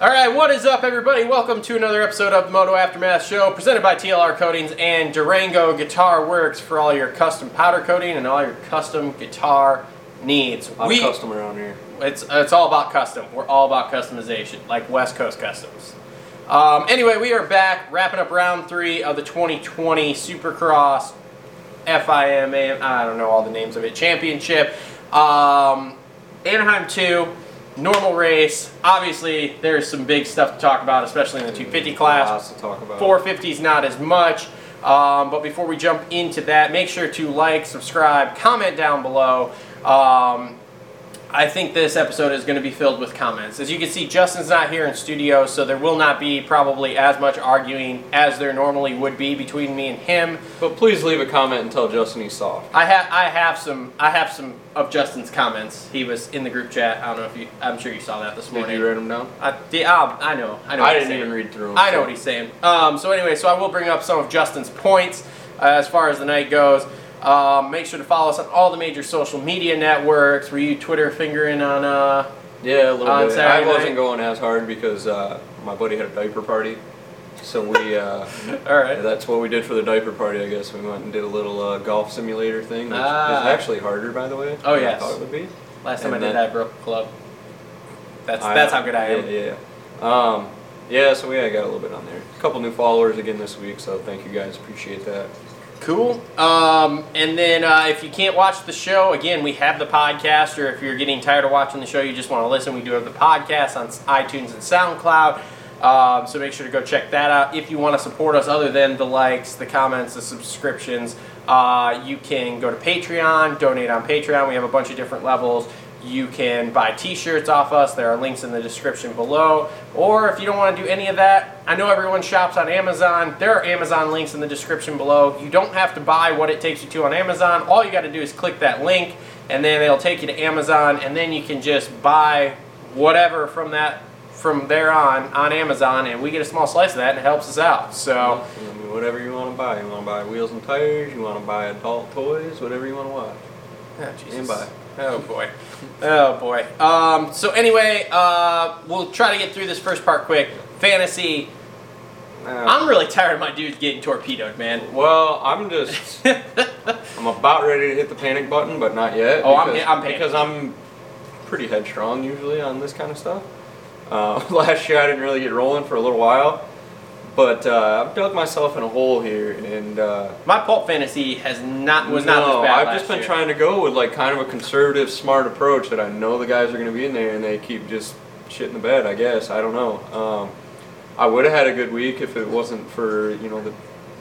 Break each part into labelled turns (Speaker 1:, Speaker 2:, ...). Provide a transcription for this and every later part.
Speaker 1: All right, what is up, everybody? Welcome to another episode of the Moto Aftermath Show, presented by TLR Coatings and Durango Guitar Works for all your custom powder coating and all your custom guitar needs. we,
Speaker 2: around here.
Speaker 1: It's it's all about custom. We're all about customization, like West Coast customs. Um, anyway, we are back, wrapping up round three of the 2020 Supercross FIMA. I don't know all the names of it. Championship, um, Anaheim two, normal race. Obviously, there's some big stuff to talk about, especially in the 250 class.
Speaker 2: Mm, Lots to talk about.
Speaker 1: 450 is not as much. Um, but before we jump into that, make sure to like, subscribe, comment down below. Um, I think this episode is going to be filled with comments. As you can see, Justin's not here in studio, so there will not be probably as much arguing as there normally would be between me and him.
Speaker 2: But please leave a comment and tell Justin he's soft.
Speaker 1: I have I have some I have some of Justin's comments. He was in the group chat. I don't know if you. I'm sure you saw that this
Speaker 2: Did
Speaker 1: morning.
Speaker 2: you write him down?
Speaker 1: I, the, um, I know. I know.
Speaker 2: I
Speaker 1: what he's
Speaker 2: didn't
Speaker 1: saying.
Speaker 2: even read through 'em,
Speaker 1: I know
Speaker 2: so-
Speaker 1: what he's saying. Um, so anyway, so I will bring up some of Justin's points uh, as far as the night goes. Um, make sure to follow us on all the major social media networks. Were you Twitter fingering on? Uh,
Speaker 2: Yeah, a little
Speaker 1: On
Speaker 2: bit.
Speaker 1: Saturday
Speaker 2: I wasn't
Speaker 1: night?
Speaker 2: going as hard because uh, my buddy had a diaper party. So we, uh,
Speaker 1: all right.
Speaker 2: that's what we did for the diaper party, I guess. We went and did a little uh, golf simulator thing, which
Speaker 1: Ah.
Speaker 2: is actually harder, by the way.
Speaker 1: Oh,
Speaker 2: than I
Speaker 1: yes.
Speaker 2: thought it would be.
Speaker 1: Last time
Speaker 2: And
Speaker 1: I did
Speaker 2: then-
Speaker 1: that, I broke a club. That's
Speaker 2: I-
Speaker 1: that's how good I am.
Speaker 2: Yeah, yeah. Um, yeah, so yeah, I got a little bit on there. A couple new followers again this week, so thank you guys. Appreciate that.
Speaker 1: Cool. Um, and then uh, if you can't watch the show, again, we have the podcast, or if you're getting tired of watching the show, you just want to listen, we do have the podcast on iTunes and SoundCloud. Um, so make sure to go check that out. If you want to support us, other than the likes, the comments, the subscriptions, uh, you can go to Patreon, donate on Patreon. We have a bunch of different levels. You can buy t shirts off us. There are links in the description below. Or if you don't want to do any of that, I know everyone shops on Amazon. There are Amazon links in the description below. You don't have to buy what it takes you to on Amazon. All you got to do is click that link, and then it'll take you to Amazon, and then you can just buy whatever from that from there on on Amazon, and we get a small slice of that, and it helps us out. So
Speaker 2: I mean, whatever you want to buy. You want to buy wheels and tires. You want to buy adult toys. Whatever you want to watch.
Speaker 1: Oh, Jesus.
Speaker 2: And bye.
Speaker 1: Oh boy. Oh boy. Um, so anyway, uh, we'll try to get through this first part quick. Fantasy.
Speaker 2: Oh.
Speaker 1: I'm really tired of my dudes getting torpedoed, man.
Speaker 2: well, I'm just. I'm about ready to hit the panic button, but not yet.
Speaker 1: Oh, I'm- I'm panicking.
Speaker 2: because I'm pretty headstrong usually on this kind of stuff. Uh, last year I didn't really get rolling for a little while, but uh, I've dug myself in a hole here, and uh,
Speaker 1: My pulp fantasy has not was not
Speaker 2: no,
Speaker 1: this bad.
Speaker 2: I've
Speaker 1: last
Speaker 2: just been
Speaker 1: year.
Speaker 2: trying to go with like kind of a conservative, smart approach that I know the guys are going to be in there, and they keep just shit in the bed. I guess I don't know. Um, I would have had a good week if it wasn't for you know the the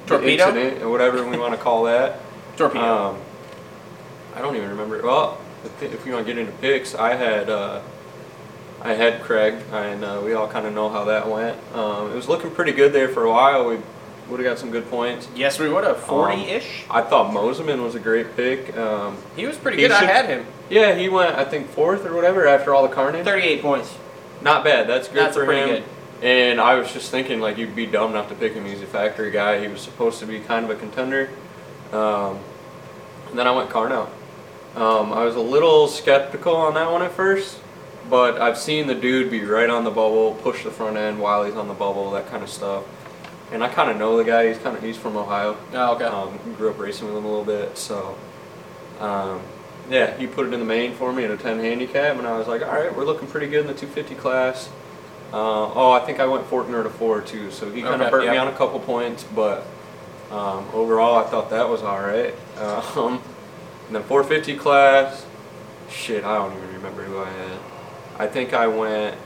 Speaker 1: Torpedo?
Speaker 2: incident or whatever we want to call that.
Speaker 1: torpedo.
Speaker 2: Um, I don't even remember. Well, if- if we want to get into picks, I had uh, I had Craig, and uh, we all kind of know how that went. Um, it was looking pretty good there for a while. We would have got some good points.
Speaker 1: yes, we would have
Speaker 2: Um,
Speaker 1: forty ish.
Speaker 2: I thought Moseman was a great pick. Um,
Speaker 1: He was pretty
Speaker 2: he
Speaker 1: good. I
Speaker 2: should-
Speaker 1: had him.
Speaker 2: Yeah, he went I think fourth or whatever after all the carnage.
Speaker 1: Thirty-eight points.
Speaker 2: Not bad. That's good
Speaker 1: That's
Speaker 2: for
Speaker 1: pretty
Speaker 2: him.
Speaker 1: good.
Speaker 2: And I was just thinking like you'd be dumb not to pick him. He's a factory guy. He was supposed to be kind of a contender. Um, and then I went Carnell. Um, I was a little skeptical on that one at first, but I've seen the dude be right on the bubble, push the front end while he's on the bubble, that kind of stuff. And I kind of know the guy. He's kind of he's from Ohio.
Speaker 1: Oh, okay.
Speaker 2: Um, grew up racing with him a little bit, so um, yeah, he put it in the main for me at a 10 handicap, and I was like, all right, we're looking pretty good in the 250 class. Uh, oh, I think I went Fortner to four too, so he kind
Speaker 1: Okay,
Speaker 2: of burnt me
Speaker 1: yeah.
Speaker 2: on a couple points, but um, overall I thought that was all right. Um, and then 450 class, shit, I don't even remember who I had. I think I went.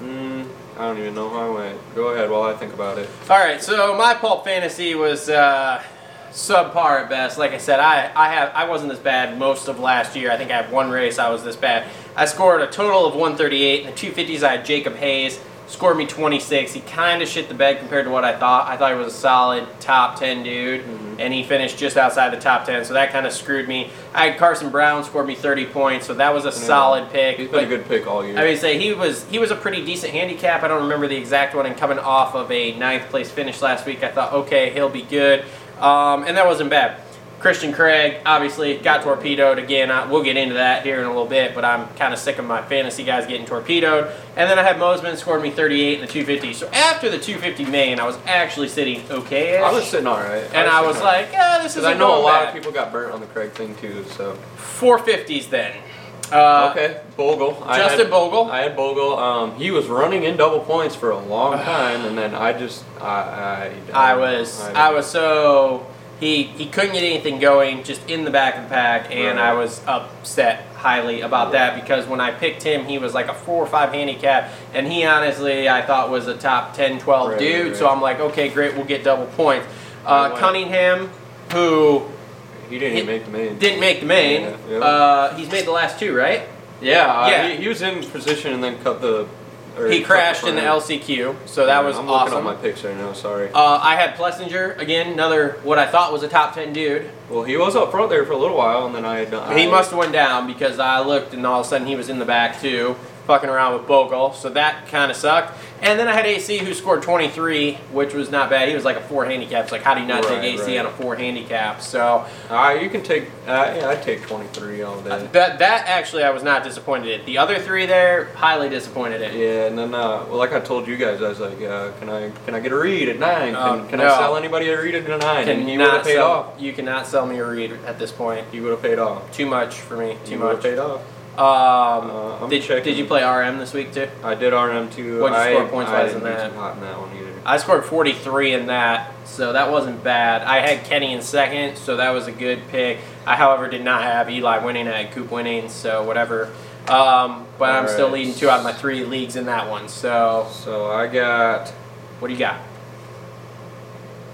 Speaker 2: Mm, I don't even know who I went. Go ahead while I think about it.
Speaker 1: All right, so my pulp fantasy was uh, subpar at best. Like I said, I I have I wasn't this bad most of last year. I think I had one race I was this bad. I scored a total of 138 in the 250s. I had Jacob Hayes scored me 26. He kind of shit the bed compared to what I thought. I thought he was a solid top 10 dude, and he finished just outside the top 10. So that kind of screwed me. I had Carson Brown scored me 30 points, so that was a solid pick.
Speaker 2: He's
Speaker 1: but-
Speaker 2: been a good pick all year.
Speaker 1: I mean, say he was he was a pretty decent handicap. I don't remember the exact one, and coming off of a ninth place finish last week, I thought, okay, he'll be good, um, and that wasn't bad. Christian Craig obviously got torpedoed again. I, we'll get into that here in a little bit, but I'm kind of sick of my fantasy guys getting torpedoed. And then I had Mosman scored me 38 in the 250. So after the 250 main, I was actually sitting okay,
Speaker 2: I was sitting all right.
Speaker 1: and I was
Speaker 2: sitting all right.
Speaker 1: like, yeah, this is.
Speaker 2: Because I know a lot of people got burnt on the Craig thing too. So
Speaker 1: 450s then. Uh,
Speaker 2: okay, Bogle. I
Speaker 1: Justin
Speaker 2: had-
Speaker 1: Bogle.
Speaker 2: I had Bogle. Um, he was running in double points for a long time, and then I just I I,
Speaker 1: I was
Speaker 2: don't
Speaker 1: I was so he he couldn't get anything going just in the back of the pack and
Speaker 2: Right.
Speaker 1: I was upset highly about that because when I picked him he was like a 4 or 5 handicap and he honestly I thought was a top 10 12
Speaker 2: Right,
Speaker 1: dude
Speaker 2: right,
Speaker 1: so
Speaker 2: right.
Speaker 1: I'm like okay great we'll get double points. Uh,
Speaker 2: Right.
Speaker 1: Cunningham who
Speaker 2: He didn't even make the main.
Speaker 1: didn't make the main
Speaker 2: Yeah, yeah.
Speaker 1: uh, he's made the last two right?
Speaker 2: Yeah, uh,
Speaker 1: Yeah.
Speaker 2: He, he was in position and then cut the. or
Speaker 1: He
Speaker 2: cut
Speaker 1: crashed in the
Speaker 2: front.
Speaker 1: LCQ so that
Speaker 2: Yeah,
Speaker 1: was
Speaker 2: I'm
Speaker 1: awesome.
Speaker 2: looking at my picks right now. Sorry.
Speaker 1: uh, I had Plessinger again another what I thought was a top 10 dude.
Speaker 2: well, he was up front there for a little while, and then I. I
Speaker 1: He must have went down because I looked and all of a sudden he was in the back too, fucking around with Bogle. So that kind of sucked. And then I had AC who scored 23, which was not bad. He was like a four handicap. It's like, how do you not
Speaker 2: Right,
Speaker 1: take AC on
Speaker 2: right.
Speaker 1: a four handicap? So
Speaker 2: Ah, you can take. Uh, yeah, I'd take 23 all day.
Speaker 1: that that actually I was not disappointed at. The other three there, highly disappointed at.
Speaker 2: Yeah, and then uh, well, like I told you guys, I was like, uh, can I can I get a read at nine? Can,
Speaker 1: Um,
Speaker 2: can
Speaker 1: no.
Speaker 2: I sell anybody a read at nine?
Speaker 1: Cannot
Speaker 2: and you would have paid
Speaker 1: sell-
Speaker 2: off.
Speaker 1: You cannot sell me a read at this point.
Speaker 2: You would have paid off.
Speaker 1: Too much for me. Too
Speaker 2: you would've
Speaker 1: much.
Speaker 2: Paid off. Uh,
Speaker 1: Um,
Speaker 2: I'm
Speaker 1: did,
Speaker 2: checking.
Speaker 1: did you play RM this week too?
Speaker 2: I did RM two.
Speaker 1: What'd you
Speaker 2: I,
Speaker 1: score points
Speaker 2: I
Speaker 1: wise in
Speaker 2: didn't do
Speaker 1: that?
Speaker 2: too hot in that one either.
Speaker 1: I scored 43 in that, so that wasn't bad. I had Kenny in second, so that was a good pick. I, however, did not have Eli winning. I had Coop winning, so whatever. Um, but I'm still
Speaker 2: Alright.
Speaker 1: leading two out of my three leagues in that one. So
Speaker 2: So I got
Speaker 1: what do you got?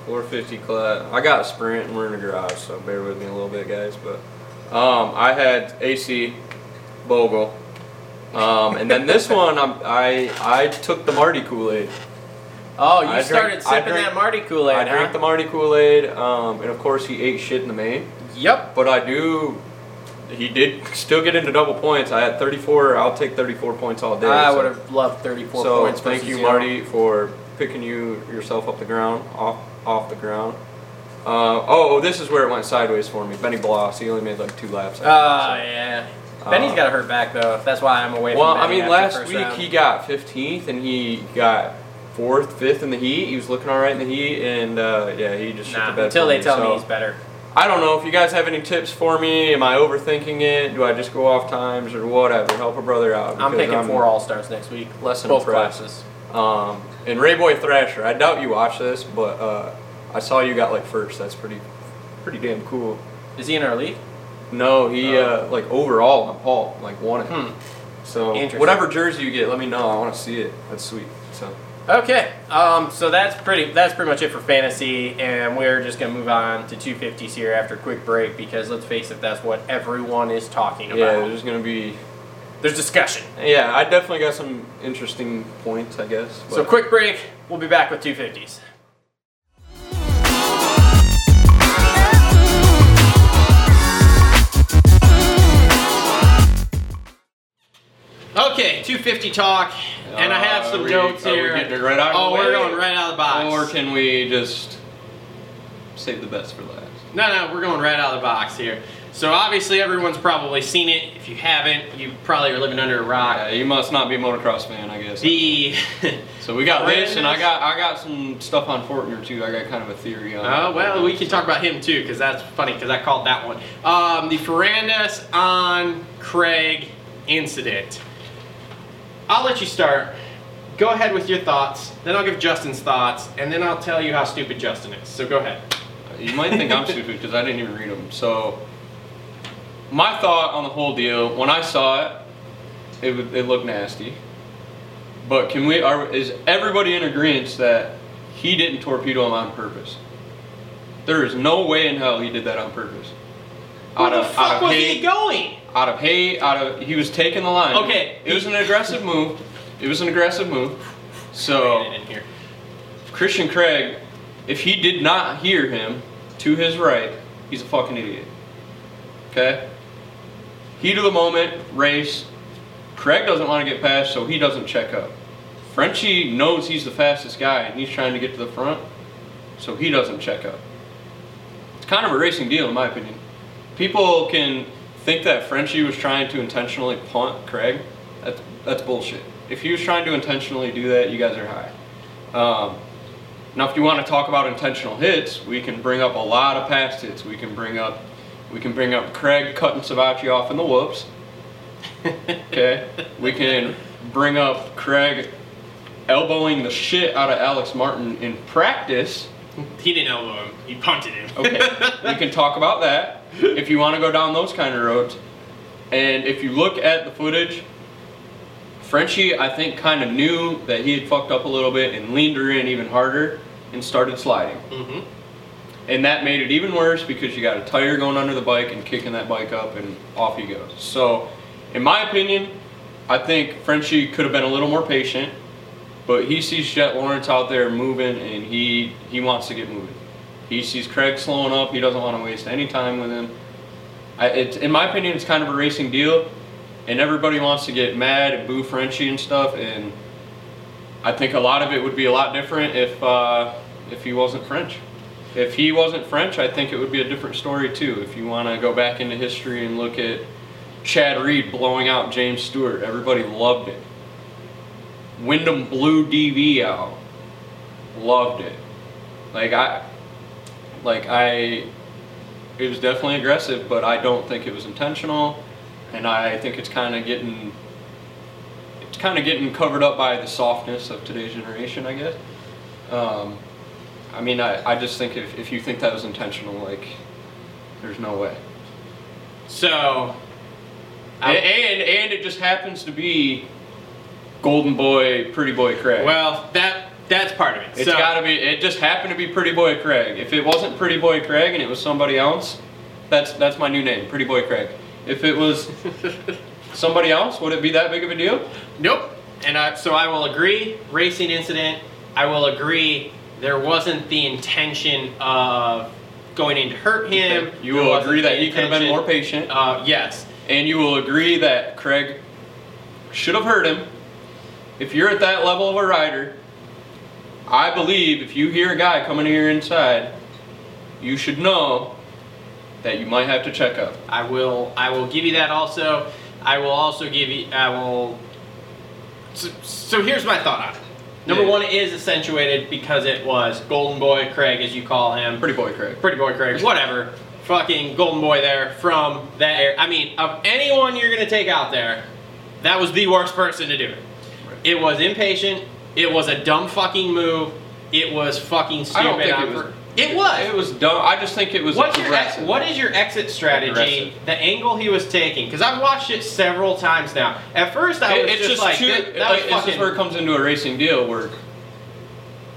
Speaker 2: 450 class. I got a sprint and we're in the garage, so bear with me a little bit, guys. But um, I had AC Bogle, um, and then this one I'm, I I took the Marty Kool Aid.
Speaker 1: Oh, you
Speaker 2: I drank-
Speaker 1: started
Speaker 2: I
Speaker 1: sipping
Speaker 2: drank-
Speaker 1: that Marty Kool
Speaker 2: I
Speaker 1: Aid,
Speaker 2: drank the
Speaker 1: huh?
Speaker 2: Marty Kool Aid, um, and of course he ate shit in the main.
Speaker 1: Yep.
Speaker 2: But I do. He did still get into double points. I had 34. I'll take 34 points all day.
Speaker 1: I
Speaker 2: so-
Speaker 1: would have loved 34 Ah,
Speaker 2: so
Speaker 1: points.
Speaker 2: thank
Speaker 1: versus
Speaker 2: you, Marty, for picking you yourself up the ground, off off the ground. Uh, oh, oh, this is where it went sideways for me. Benny Bloss, he only made like two laps. I think,
Speaker 1: Ah, yeah. Benny's
Speaker 2: Uh,
Speaker 1: got to hurt back though. That's why I'm away.
Speaker 2: so. Well,
Speaker 1: from
Speaker 2: I
Speaker 1: Benny after
Speaker 2: mean, last
Speaker 1: first
Speaker 2: week
Speaker 1: round.
Speaker 2: he got 15th and he got fourth, fifth in the heat. He was looking all right in the heat, and uh, yeah, he just shit the
Speaker 1: Nah,
Speaker 2: bed
Speaker 1: until
Speaker 2: for
Speaker 1: they
Speaker 2: me,
Speaker 1: tell
Speaker 2: so.
Speaker 1: me he's better.
Speaker 2: I don't know if you guys have any tips for me. Am I overthinking it? Do I just go off times or whatever? Help a brother out.
Speaker 1: I'm
Speaker 2: because
Speaker 1: picking four All Stars next week.
Speaker 2: Less than
Speaker 1: both
Speaker 2: impressed.
Speaker 1: classes.
Speaker 2: Um, and Rayboy Thrasher, I doubt you watch this, but uh, I saw you got like first. That's pretty, pretty damn cool.
Speaker 1: Is he in our league?
Speaker 2: No, he uh, like overall on Paul like won it.
Speaker 1: Oh. Hmm.
Speaker 2: So
Speaker 1: Interesting.
Speaker 2: whatever jersey you get, let me know. I want to see it. That's sweet. So
Speaker 1: Okay, um, so that's pretty. That's pretty much it for fantasy, and we're just gonna move on to 250s here after a quick break because let's face it, that's what everyone is talking
Speaker 2: yeah,
Speaker 1: about.
Speaker 2: there's gonna be
Speaker 1: There's discussion.
Speaker 2: yeah. I definitely got some interesting points, I guess.
Speaker 1: So
Speaker 2: but-
Speaker 1: quick break. We'll be back with 250s. Okay, 250 talk, and I have
Speaker 2: Uh,
Speaker 1: some
Speaker 2: are we-
Speaker 1: notes
Speaker 2: are we
Speaker 1: here.
Speaker 2: getting it right out of
Speaker 1: oh,
Speaker 2: the
Speaker 1: we're
Speaker 2: way?
Speaker 1: going right out of the box.
Speaker 2: Or can we just save the best for last?
Speaker 1: No, no, we're going right out of the box here. So obviously everyone's probably seen it. If you haven't, you probably are living under a
Speaker 2: Uh,
Speaker 1: rock.
Speaker 2: you must not be a motocross fan, I guess.
Speaker 1: The
Speaker 2: So we got this, and I got I got some stuff on Fortner too. I got kind of a theory on.
Speaker 1: oh well, we can talk about him too because that's funny because I called that one. Um, the Ferrandis on Craig incident. I'll let you start. Go ahead with your thoughts. Then I'll give Justin's thoughts, and then I'll tell you how stupid Justin is. So go ahead.
Speaker 2: Uh, You might think I'm stupid because I didn't even read them. So my thought on the whole deal when I saw it, it would- it looked nasty. But can we are is everybody in agreement that he didn't torpedo him on purpose? There is no way in hell he did that on purpose.
Speaker 1: Where the fuck was
Speaker 2: hate,
Speaker 1: he going?
Speaker 2: out of hate, out of he was taking the line.
Speaker 1: Okay.
Speaker 2: it was an aggressive move. It was an aggressive move.
Speaker 1: Ran it
Speaker 2: So
Speaker 1: in here.
Speaker 2: Christian Craig, if he did not hear him to his right, he's a fucking idiot. Okay. Heat of the moment, race. Craig doesn't want to get past, so he doesn't check up. Frenchie knows he's the fastest guy, and he's trying to get to the front, so he doesn't check up. It's kind of a racing deal, in my opinion. People can think that Frenchie was trying to intentionally punt Craig. That's, that's bullshit. If he was trying to intentionally do that, you guys are high. Um, now, if you want to talk about intentional hits, we can bring up a lot of past hits. We can bring up, we can bring up Craig cutting Savachi off in the whoops. Okay, we can bring up Craig elbowing the shit out of Alex Martin in practice.
Speaker 1: He didn't elbow him. He punted him.
Speaker 2: Okay, we can talk about that if you want to go down those kind of roads. And if you look at the footage, Frenchie, I think, kind of knew that he had fucked up a little bit and leaned her in even harder and started sliding.
Speaker 1: Mhm.
Speaker 2: And that made it even worse because you got a tire going under the bike and kicking that bike up and off you go. So, in my opinion, I think Frenchie could have been a little more patient, but he sees Jet Lawrence out there moving and he he wants to get moving. He sees Craig slowing up. He doesn't want to waste any time with him. I, it's, in my opinion, it's kind of a racing deal, and everybody wants to get mad and boo Frenchie and stuff. And I think a lot of it would be a lot different if uh, if he wasn't French. If he wasn't French, I think it would be a different story too. If you want to go back into history and look at Chad Reed blowing out James Stewart, everybody loved it. Wyndham blew DV out, loved it. Like I, like I, it was definitely aggressive, but I don't think it was intentional, and I think it's kind of getting, it's kind of getting covered up by the softness of today's generation, I guess. Um, I mean, I, I just think if, if you think that was intentional, like, there's no way.
Speaker 1: So,
Speaker 2: And, and and it just happens to be, Golden Boy, Pretty Boy Craig.
Speaker 1: well, that that's part of it.
Speaker 2: It's
Speaker 1: so,
Speaker 2: gotta be. It just happened to be Pretty Boy Craig. If it wasn't Pretty Boy Craig and it was somebody else, that's that's my new name, Pretty Boy Craig. If it was somebody else, would it be that big of a deal?
Speaker 1: Nope. And I, so I will agree, racing incident. I will agree, there wasn't the intention of going in to hurt him.
Speaker 2: You
Speaker 1: There
Speaker 2: will
Speaker 1: wasn't
Speaker 2: agree
Speaker 1: the
Speaker 2: that he could have been
Speaker 1: intention.
Speaker 2: more patient,
Speaker 1: Uh, yes.
Speaker 2: and you will agree that Craig should have hurt him. If you're at that level of a rider, I believe if you hear a guy coming to your inside, you should know that you might have to check up.
Speaker 1: I will. I will give you that. Also, I will also give you. I will. So, so here's my thought on it. Number
Speaker 2: Yeah.
Speaker 1: one it is accentuated because it was Golden Boy Craig, as you call him,
Speaker 2: Pretty boy, Craig.
Speaker 1: Pretty Boy Craig, whatever. Fucking Golden Boy there from that area. I mean, of anyone you're gonna take out there, that was the worst person to do it. It was impatient. It was a dumb fucking move. It was fucking stupid.
Speaker 2: I don't think
Speaker 1: on
Speaker 2: it was-
Speaker 1: fir- It was.
Speaker 2: It was dumb. I just think it was
Speaker 1: What's your ex-
Speaker 2: aggressive.
Speaker 1: what is your exit strategy?
Speaker 2: Aggressive.
Speaker 1: The angle he was taking, because I've watched it several times now. At first, I
Speaker 2: It-
Speaker 1: was
Speaker 2: it's
Speaker 1: just,
Speaker 2: just
Speaker 1: like,
Speaker 2: too.
Speaker 1: that, that
Speaker 2: like,
Speaker 1: was
Speaker 2: this is
Speaker 1: fucking.
Speaker 2: where it comes into a racing deal where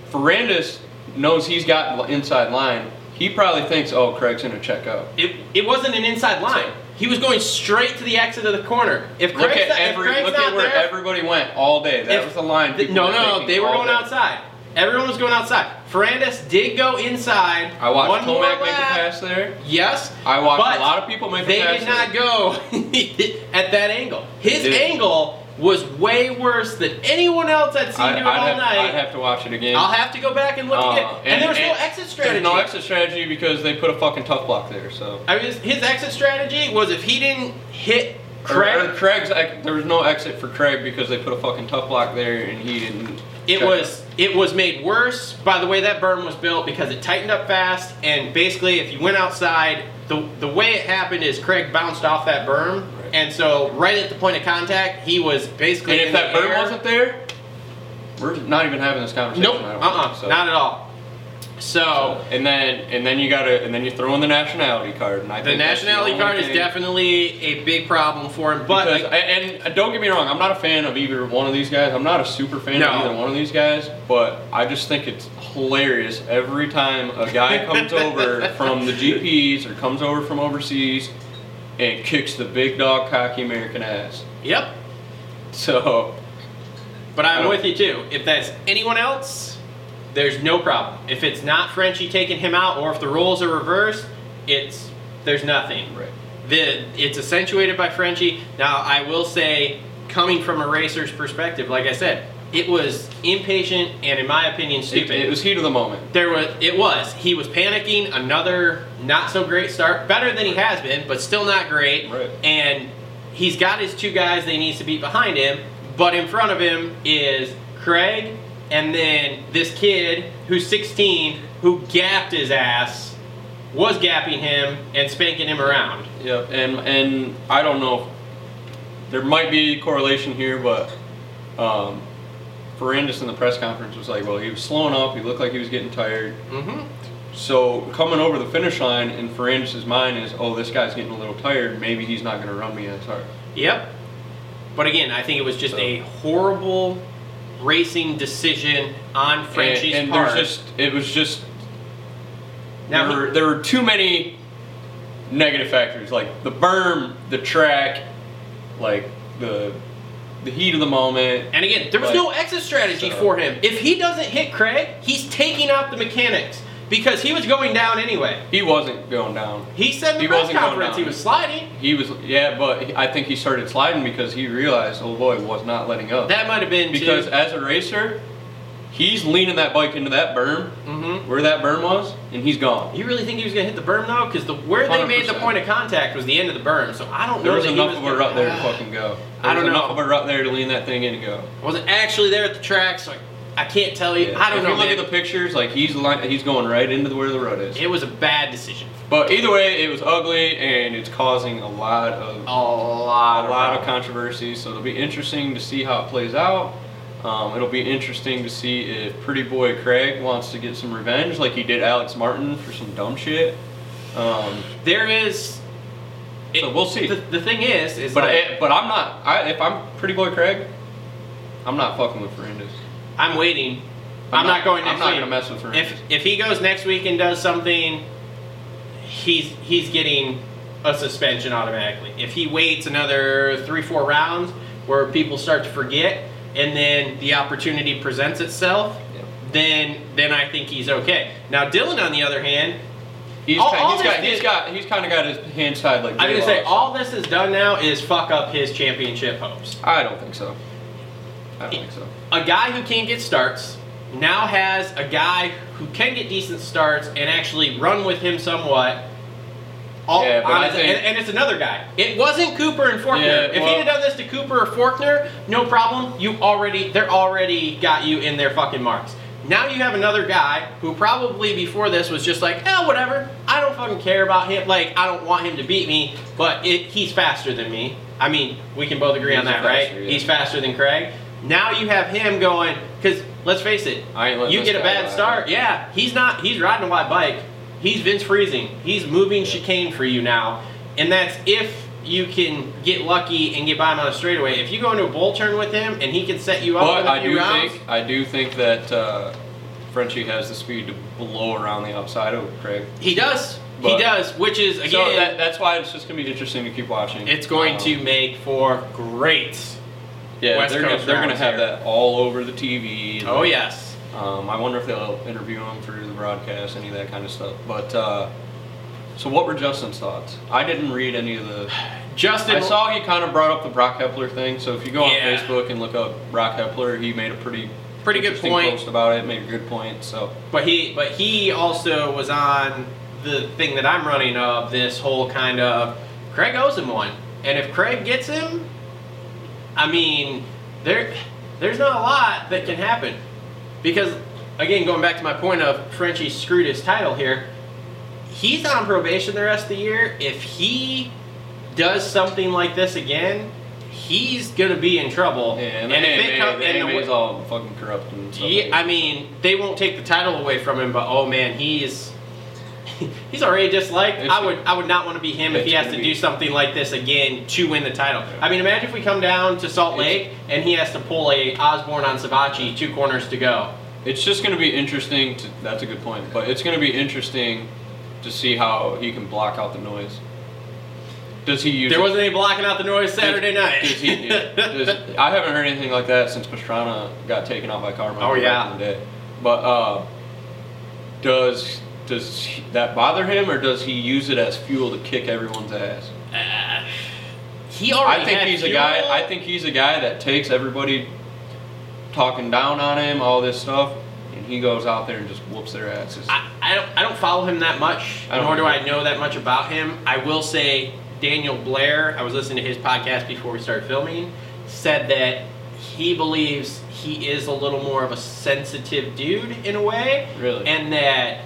Speaker 2: Ferrandis knows he's got the inside line. He probably thinks, oh, Craig's gonna check up.
Speaker 1: it, it wasn't an inside line. He was going straight to the exit of the corner. If
Speaker 2: Look
Speaker 1: Craig's
Speaker 2: at
Speaker 1: not, if
Speaker 2: every.
Speaker 1: Craig's
Speaker 2: Look
Speaker 1: not
Speaker 2: at where
Speaker 1: there,
Speaker 2: everybody went all day. That
Speaker 1: If-
Speaker 2: was the line.
Speaker 1: th-
Speaker 2: people
Speaker 1: no,
Speaker 2: were
Speaker 1: no, no,
Speaker 2: taking
Speaker 1: they were
Speaker 2: all
Speaker 1: going
Speaker 2: day.
Speaker 1: outside. Everyone was going outside. Ferrandis did go inside.
Speaker 2: I
Speaker 1: One
Speaker 2: watched
Speaker 1: more
Speaker 2: Tomac make a
Speaker 1: lap.
Speaker 2: pass there.
Speaker 1: Yes.
Speaker 2: I watched
Speaker 1: but
Speaker 2: a lot of people make
Speaker 1: They
Speaker 2: a pass.
Speaker 1: did not
Speaker 2: there.
Speaker 1: go at that angle. His
Speaker 2: Dude.
Speaker 1: angle was way worse than anyone else I'd seen
Speaker 2: I,
Speaker 1: do it
Speaker 2: I'd
Speaker 1: all
Speaker 2: have,
Speaker 1: night.
Speaker 2: I'd have to watch it again.
Speaker 1: I'll have to go back and look
Speaker 2: Uh,
Speaker 1: again. And, there was no exit strategy.
Speaker 2: There's no exit strategy because they put a fucking tough block there. So.
Speaker 1: I mean, his exit strategy was if he didn't hit
Speaker 2: Craig,
Speaker 1: Craig,
Speaker 2: Uh, Craig's ex- there was no exit for Craig because they put a fucking tough block there and he didn't.
Speaker 1: it
Speaker 2: check
Speaker 1: was it was made worse by the way that berm was built because it tightened up fast and basically if you went outside, the the way it happened is Craig bounced off that berm
Speaker 2: Right.
Speaker 1: and so right at the point of contact he was
Speaker 2: it.
Speaker 1: basically
Speaker 2: And
Speaker 1: in
Speaker 2: if that
Speaker 1: the
Speaker 2: berm
Speaker 1: air.
Speaker 2: wasn't there, we're not even having this conversation.
Speaker 1: Nope.
Speaker 2: I
Speaker 1: Uh
Speaker 2: don't
Speaker 1: uh
Speaker 2: think, so.
Speaker 1: Not at all.
Speaker 2: So and then and then you gotta and then you throw in the nationality card. And I
Speaker 1: The
Speaker 2: think that's the
Speaker 1: nationality
Speaker 2: only
Speaker 1: card is
Speaker 2: thing-
Speaker 1: definitely a big problem for him, but
Speaker 2: Because-
Speaker 1: like,
Speaker 2: and and don't get me wrong, I'm not a fan of either one of these guys. I'm not a super fan
Speaker 1: No.
Speaker 2: of either one of these guys, but I just think it's hilarious every time a guy comes over from the GPs or comes over from overseas and kicks the big dog cocky American ass.
Speaker 1: yep.
Speaker 2: So
Speaker 1: But
Speaker 2: I
Speaker 1: I'm
Speaker 2: don't-
Speaker 1: with you too. If that's anyone else, there's no problem. If it's not Frenchie taking him out, or if the roles are reversed, it's there's nothing.
Speaker 2: Right.
Speaker 1: The it's accentuated by Frenchie. Now I will say, coming from a racer's perspective, like I said, it was impatient and, in my opinion,
Speaker 2: it,
Speaker 1: stupid.
Speaker 2: it was heat of the moment.
Speaker 1: There was it was. He was panicking, another not so great start. Better than he has been, but still not great.
Speaker 2: Right.
Speaker 1: And he's got his two guys they needs to beat behind him, but in front of him is Craig and then this kid who's 16 who gapped his ass, was gapping him and spanking him around.
Speaker 2: Yep, and and I don't know. There might be correlation here, but um, Ferrandis in the press conference was like, well, he was slowing up. He looked like he was getting tired.
Speaker 1: Mhm.
Speaker 2: So coming over the finish line in Ferrandis' mind is, oh, this guy's getting a little tired. Maybe he's not going to run me as hard.
Speaker 1: Yep. But again, I think it was just a horrible racing decision on Frenchie's
Speaker 2: and and
Speaker 1: part.
Speaker 2: there's just it was just
Speaker 1: Now
Speaker 2: there,
Speaker 1: he-
Speaker 2: were, there were too many negative factors like the berm, the track, like the the heat of the moment.
Speaker 1: And again, there was
Speaker 2: Right.
Speaker 1: no exit strategy
Speaker 2: So-
Speaker 1: for him. If he doesn't hit Craig, he's taking out the mechanics because he was going down anyway.
Speaker 2: He wasn't going down.
Speaker 1: He said in the
Speaker 2: He
Speaker 1: press
Speaker 2: wasn't going
Speaker 1: conference he
Speaker 2: down.
Speaker 1: was sliding.
Speaker 2: He was, yeah, but he- I think he started sliding because he realized, oh boy, was not letting up.
Speaker 1: That might have been
Speaker 2: because
Speaker 1: too-
Speaker 2: as a racer, he's leaning that bike into that berm,
Speaker 1: Mhm.
Speaker 2: where that berm was, and he's gone.
Speaker 1: You really think he was going to hit the berm though? Because the where they made the
Speaker 2: 100%.
Speaker 1: point of contact was the end of the berm. So I don't
Speaker 2: There
Speaker 1: know.
Speaker 2: was
Speaker 1: that he
Speaker 2: enough
Speaker 1: was
Speaker 2: of a
Speaker 1: gonna- Ah.
Speaker 2: rut there to fucking go. There
Speaker 1: I don't
Speaker 2: was
Speaker 1: know.
Speaker 2: enough of a rut there to lean that thing in and go.
Speaker 1: I wasn't actually there at the track, so I, I can't tell you. I don't
Speaker 2: if
Speaker 1: know.
Speaker 2: you look
Speaker 1: man.
Speaker 2: at the pictures, like he's line, he's going right into the, where the road is.
Speaker 1: it was a bad decision.
Speaker 2: But either way, it was ugly, and it's causing a lot of
Speaker 1: A lot.
Speaker 2: a lot of controversy, so it'll be interesting to see how it plays out. Um, it'll be interesting to see if Pretty Boy Craig wants to get some revenge, like he did Alex Martin for some dumb shit. Um,
Speaker 1: There is.
Speaker 2: so we'll see.
Speaker 1: The, the thing is, is
Speaker 2: but
Speaker 1: like,
Speaker 2: I, but I'm not. I, if I'm Pretty Boy Craig, I'm not fucking with Ferrandis.
Speaker 1: I'm waiting. I'm, not, going next
Speaker 2: I'm not
Speaker 1: week.
Speaker 2: gonna mess with Ferrandis.
Speaker 1: If if he goes next week and does something, he's he's getting a suspension automatically. If he waits another three four rounds where people start to forget, and then the opportunity presents itself,
Speaker 2: Yep.
Speaker 1: then then I think he's okay. Now Dylan, on the other hand,
Speaker 2: He's,
Speaker 1: All-
Speaker 2: ki-
Speaker 1: all
Speaker 2: he's
Speaker 1: this
Speaker 2: got he's
Speaker 1: did-
Speaker 2: got he's kind of got his hands tied like.
Speaker 1: I'm gonna
Speaker 2: J-Lo,
Speaker 1: say
Speaker 2: so-
Speaker 1: all this has done now is fuck up his championship hopes.
Speaker 2: I don't think so. I don't think so.
Speaker 1: a guy who can't get starts now has a guy who can get decent starts and actually run with him somewhat. All,
Speaker 2: Yeah, but I
Speaker 1: honestly-
Speaker 2: think-
Speaker 1: and, and it's another guy. It wasn't Cooper and Forkner.
Speaker 2: Yeah,
Speaker 1: if
Speaker 2: well-
Speaker 1: he'd have done this to Cooper or Forkner, no problem. You already they're already got you in their fucking marks. Now you have another guy who probably before this was just like, eh, whatever. I don't fucking care about him. Like I don't want him to beat me, but it, he's faster than me. I mean, we can both agree on
Speaker 2: He's
Speaker 1: that,
Speaker 2: faster,
Speaker 1: right?
Speaker 2: yeah.
Speaker 1: He's faster than Craig. Now you have him going because let's face it,
Speaker 2: I ain't letting
Speaker 1: you
Speaker 2: this
Speaker 1: get a
Speaker 2: guy
Speaker 1: bad
Speaker 2: ride.
Speaker 1: start. Yeah, he's not. He's riding a wide bike. He's Vince freezing. He's moving chicane for you now, and that's if you can get lucky and get by him on a straightaway. If you go into a bull turn with him and he can set you up
Speaker 2: But
Speaker 1: with a
Speaker 2: I
Speaker 1: few
Speaker 2: do
Speaker 1: rounds,
Speaker 2: think I do think that uh, Frenchie has the speed to blow around the outside of Craig.
Speaker 1: he does. he
Speaker 2: But-
Speaker 1: does, which is again,
Speaker 2: so that, that's why it's just gonna be interesting to keep watching.
Speaker 1: it's going
Speaker 2: Um,
Speaker 1: to make for great.
Speaker 2: yeah,
Speaker 1: West
Speaker 2: they're
Speaker 1: Coast
Speaker 2: gonna, they're gonna
Speaker 1: rounds
Speaker 2: have
Speaker 1: here.
Speaker 2: that all over the TV.
Speaker 1: Oh yes,
Speaker 2: Um, I wonder if they'll interview him for the broadcast, any of that kind of stuff. But uh, so, what were Justin's thoughts? I didn't read any of the.
Speaker 1: Justin.
Speaker 2: I saw he kind of brought up the Brock Hepler thing. So if you go
Speaker 1: Yeah.
Speaker 2: on Facebook and look up Brock Hepler, he made a pretty
Speaker 1: Pretty good
Speaker 2: interesting
Speaker 1: point.
Speaker 2: post about it. Made a good point. So
Speaker 1: But he but he also was on the thing that I'm running of this whole kind of Craig owes him one. And if Craig gets him, I mean, there there's not a lot that can happen. Because again, going back to my point of Frenchie screwed his title here, he's on probation the rest of the year. If he does something like this again, he's gonna be in trouble.
Speaker 2: Yeah, and,
Speaker 1: if
Speaker 2: the
Speaker 1: it
Speaker 2: AMA,
Speaker 1: come-
Speaker 2: the
Speaker 1: and the
Speaker 2: AMA
Speaker 1: wa-
Speaker 2: is all fucking corrupt and stuff.
Speaker 1: yeah, I mean, they won't take the title away from him, but oh man, he's he's already disliked.
Speaker 2: It's
Speaker 1: I
Speaker 2: gonna-
Speaker 1: would I would not want to be him if
Speaker 2: it's
Speaker 1: he has to
Speaker 2: gonna
Speaker 1: do
Speaker 2: be-
Speaker 1: something like this again to win the title. I mean, imagine if we come down to Salt
Speaker 2: It's-
Speaker 1: Lake and he has to pull a Osborne on Savachi, two corners to go.
Speaker 2: It's just going to be interesting. To, that's a good point, but it's going to be interesting to see how he can block out the noise. Does he use?
Speaker 1: There
Speaker 2: it-
Speaker 1: wasn't any blocking out the noise Saturday night.
Speaker 2: Does he, yeah. Does- I haven't heard anything like that since Pastrana got taken out by Carmine.
Speaker 1: Oh,
Speaker 2: back
Speaker 1: yeah.
Speaker 2: in the day. But uh, does does he- that bother him, or does he use it as fuel to kick everyone's ass?
Speaker 1: Oh, He
Speaker 2: I
Speaker 1: already
Speaker 2: think
Speaker 1: had
Speaker 2: he's a
Speaker 1: fuel.
Speaker 2: guy. I think he's a guy that takes everybody talking down on him, all this stuff, and he goes out there and just Oh. whoops their asses.
Speaker 1: I, I don't I don't follow him that much,
Speaker 2: I don't
Speaker 1: nor do
Speaker 2: either.
Speaker 1: I know that much about him. I will say Daniel Blair, I was listening to his podcast before we started filming, said that he believes he is a little more of a sensitive dude in a way.
Speaker 2: Really?
Speaker 1: And that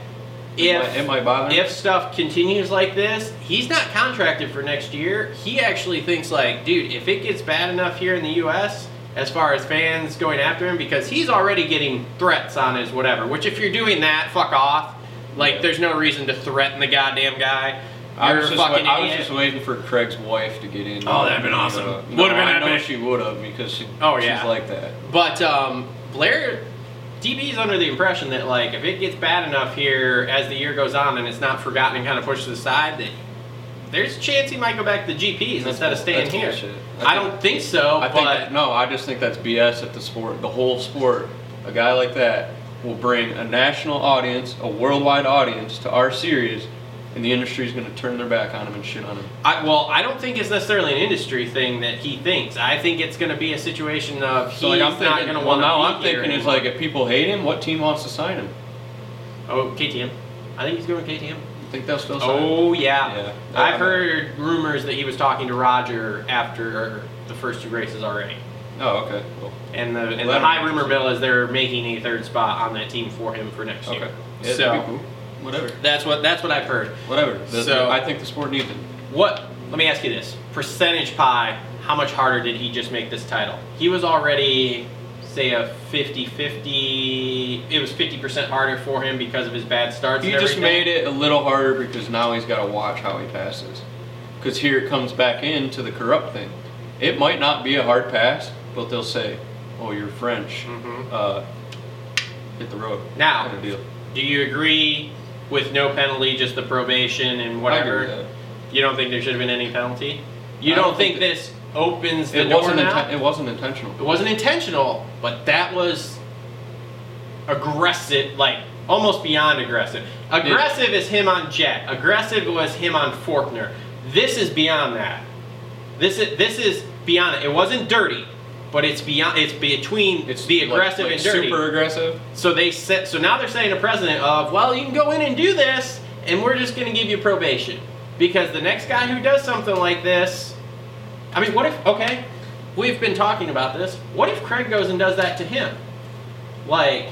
Speaker 2: It
Speaker 1: if
Speaker 2: might- it might bother him.
Speaker 1: if stuff continues like this, he's not contracted for next year. He actually thinks like, dude, if it gets bad enough here in the U.S. as far as fans going after him, because he's already getting threats on his whatever. Which if you're doing that, fuck off. Like,
Speaker 2: Yeah.
Speaker 1: there's no reason to threaten the goddamn guy.
Speaker 2: I
Speaker 1: You're
Speaker 2: was,
Speaker 1: a
Speaker 2: just
Speaker 1: fucking
Speaker 2: wait- I was
Speaker 1: idiot.
Speaker 2: just waiting for Craig's wife to get in.
Speaker 1: Oh, that'd been
Speaker 2: Uh,
Speaker 1: awesome.
Speaker 2: no,
Speaker 1: Would've been
Speaker 2: I know
Speaker 1: epic.
Speaker 2: she would have because she,
Speaker 1: Oh,
Speaker 2: she's
Speaker 1: yeah.
Speaker 2: like that.
Speaker 1: But um, Blair, DB's under the impression that like if it gets bad enough here as the year goes on and it's not forgotten and kind of pushed to the side, that there's a chance he might go back to the GPs
Speaker 2: That's
Speaker 1: instead of
Speaker 2: bull-
Speaker 1: staying
Speaker 2: that's
Speaker 1: here.
Speaker 2: bullshit.
Speaker 1: I,
Speaker 2: I
Speaker 1: don't think so,
Speaker 2: I
Speaker 1: but
Speaker 2: think no, I just think that's BS at the sport, the whole sport. A guy like that will bring a national audience, a worldwide audience to our series, and the industry's going to turn their back on him and shit on him.
Speaker 1: I, well, I don't think it's necessarily an industry thing that he thinks. I think it's going to be a situation of he's
Speaker 2: So like I'm thinking,
Speaker 1: not going to
Speaker 2: well
Speaker 1: want to.
Speaker 2: now I'm thinking is like if people hate him, what team wants to sign him?
Speaker 1: oh KTM. I think he's going to KTM.
Speaker 2: You think they'll still sign him?
Speaker 1: Oh yeah.
Speaker 2: Yeah.
Speaker 1: I've heard rumors that he was talking to Roger after the first two races already.
Speaker 2: Oh, okay, cool.
Speaker 1: And the and the
Speaker 2: Well, that'd
Speaker 1: high
Speaker 2: be
Speaker 1: rumor mill is they're making a third spot on that team for him for next
Speaker 2: Okay,
Speaker 1: year.
Speaker 2: yeah, that'd
Speaker 1: so
Speaker 2: be cool. Whatever,
Speaker 1: that's what that's what I've heard.
Speaker 2: whatever. The-
Speaker 1: So-
Speaker 2: I think the sport needs him.
Speaker 1: What? Let me ask you this: percentage pie. How much harder did he just make this title? He was already say a 50-50 it was 50% harder for him because of his bad starts
Speaker 2: He
Speaker 1: and
Speaker 2: just
Speaker 1: everything.
Speaker 2: made it a little harder because now he's got to watch how he passes. Because here it comes back into the corrupt thing. It might not be a hard pass, but they'll say, "Oh, you're French. Uh, hit the road."
Speaker 1: Now,
Speaker 2: kind of deal.
Speaker 1: do you agree with no penalty just the probation and
Speaker 2: I agree
Speaker 1: whatever
Speaker 2: with that.
Speaker 1: you don't think there should have been any penalty you
Speaker 2: I
Speaker 1: don't,
Speaker 2: don't
Speaker 1: think,
Speaker 2: think that-
Speaker 1: this opens the
Speaker 2: It
Speaker 1: door
Speaker 2: wasn't.
Speaker 1: now?
Speaker 2: Inten- it wasn't intentional.
Speaker 1: It wasn't intentional, but that was aggressive, like almost beyond aggressive. Aggressive is him on Jet. Aggressive was him on Forkner. This is beyond that. This is this is beyond it. It wasn't dirty, but it's beyond. It's between
Speaker 2: It's
Speaker 1: the
Speaker 2: like-
Speaker 1: aggressive
Speaker 2: like
Speaker 1: and dirty.
Speaker 2: Super aggressive.
Speaker 1: So they set. So now they're saying to president of, well, you can go in and do this, and we're just going to give you probation because the next guy who does something like this, I mean, what if? Okay, we've been talking about this. What if Craig goes and does that to him, like,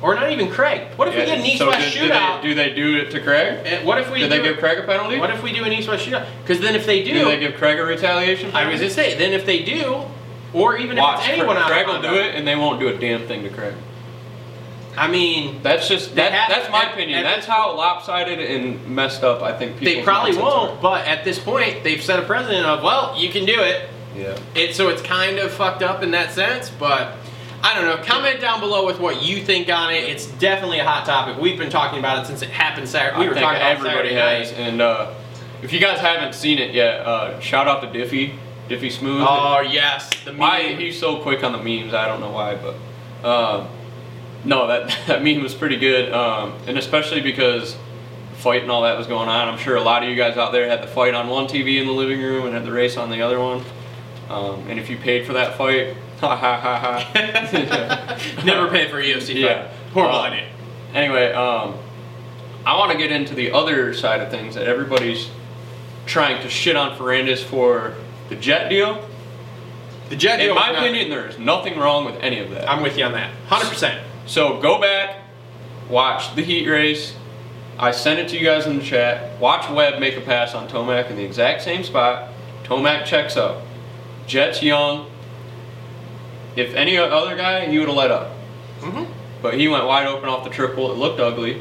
Speaker 1: or not even Craig? What if we
Speaker 2: Yeah,
Speaker 1: get an
Speaker 2: so
Speaker 1: East-West
Speaker 2: did- do,
Speaker 1: shootout?
Speaker 2: They, do they do it to Craig?
Speaker 1: And what if we
Speaker 2: Did they
Speaker 1: do-
Speaker 2: give Craig a penalty?
Speaker 1: What if we do an East-West shootout? Because then if they do,
Speaker 2: do they give Craig a retaliation?
Speaker 1: I was
Speaker 2: penalty?
Speaker 1: gonna say, then if they do, or even
Speaker 2: Watch,
Speaker 1: if it's anyone out of
Speaker 2: Craig will
Speaker 1: contact,
Speaker 2: do it, and they won't do a damn thing to Craig.
Speaker 1: I mean,
Speaker 2: That's just
Speaker 1: They
Speaker 2: that,
Speaker 1: have-
Speaker 2: that's my
Speaker 1: at-
Speaker 2: opinion.
Speaker 1: at
Speaker 2: that's how lopsided and messed up I think people.
Speaker 1: they probably won't. But at this point, they've set a precedent of, well, you can do it.
Speaker 2: Yeah.
Speaker 1: It so it's kind of fucked up in that sense. But I don't know. Comment down below with what you think on it. It's definitely a hot topic. We've been talking about it since it happened Saturday. We
Speaker 2: I
Speaker 1: were
Speaker 2: think
Speaker 1: talking about
Speaker 2: everybody
Speaker 1: Saturday
Speaker 2: has,
Speaker 1: night.
Speaker 2: and uh, if you guys haven't seen it yet, uh, shout out to Diffie, Diffie Smooth.
Speaker 1: Oh yes, the
Speaker 2: why
Speaker 1: meme.
Speaker 2: he's so quick on the memes? I don't know why, but um, no, that that meme was pretty good, um, and especially because the fight and all that was going on. I'm sure a lot of you guys out there had the fight on one TV in the living room and had the race on the other one. Um, and if you paid for that fight, ha ha ha ha.
Speaker 1: Never paid for a UFC.
Speaker 2: Yeah.
Speaker 1: fight. horrible
Speaker 2: Uh,
Speaker 1: idea.
Speaker 2: Anyway, um, I want to get into the other side of things that everybody's trying to shit on Ferrandis for the jet deal.
Speaker 1: The jet.
Speaker 2: In
Speaker 1: deal
Speaker 2: my
Speaker 1: was not-
Speaker 2: opinion, there is nothing wrong with any of that.
Speaker 1: I'm with you on that. Hundred percent.
Speaker 2: So go back, watch the heat race. I sent it to you guys in the chat. Watch Webb make a pass on Tomac in the exact same spot. Tomac checks up. Jets young. If any other guy, he would have let up.
Speaker 1: Mhm.
Speaker 2: But he went wide open off the triple. It looked ugly.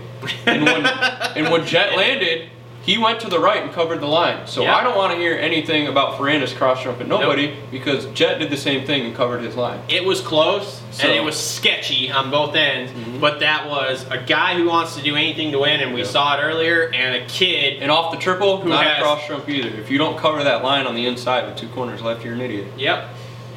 Speaker 2: And when, and when Jet landed, he went to the right and covered the line. So
Speaker 1: Yeah.
Speaker 2: I don't want to hear anything about Ferrandis cross jumping nobody because Jet did the same thing and covered his line.
Speaker 1: It was close
Speaker 2: So- Mm-hmm.
Speaker 1: and it was sketchy on both ends, but that was a guy who wants to do anything to win, and we saw it earlier, and a kid.
Speaker 2: And off the triple,
Speaker 1: Who
Speaker 2: not
Speaker 1: has-
Speaker 2: a cross jump either. If you don't cover that line on the inside with two corners left, you're an idiot.
Speaker 1: Yep.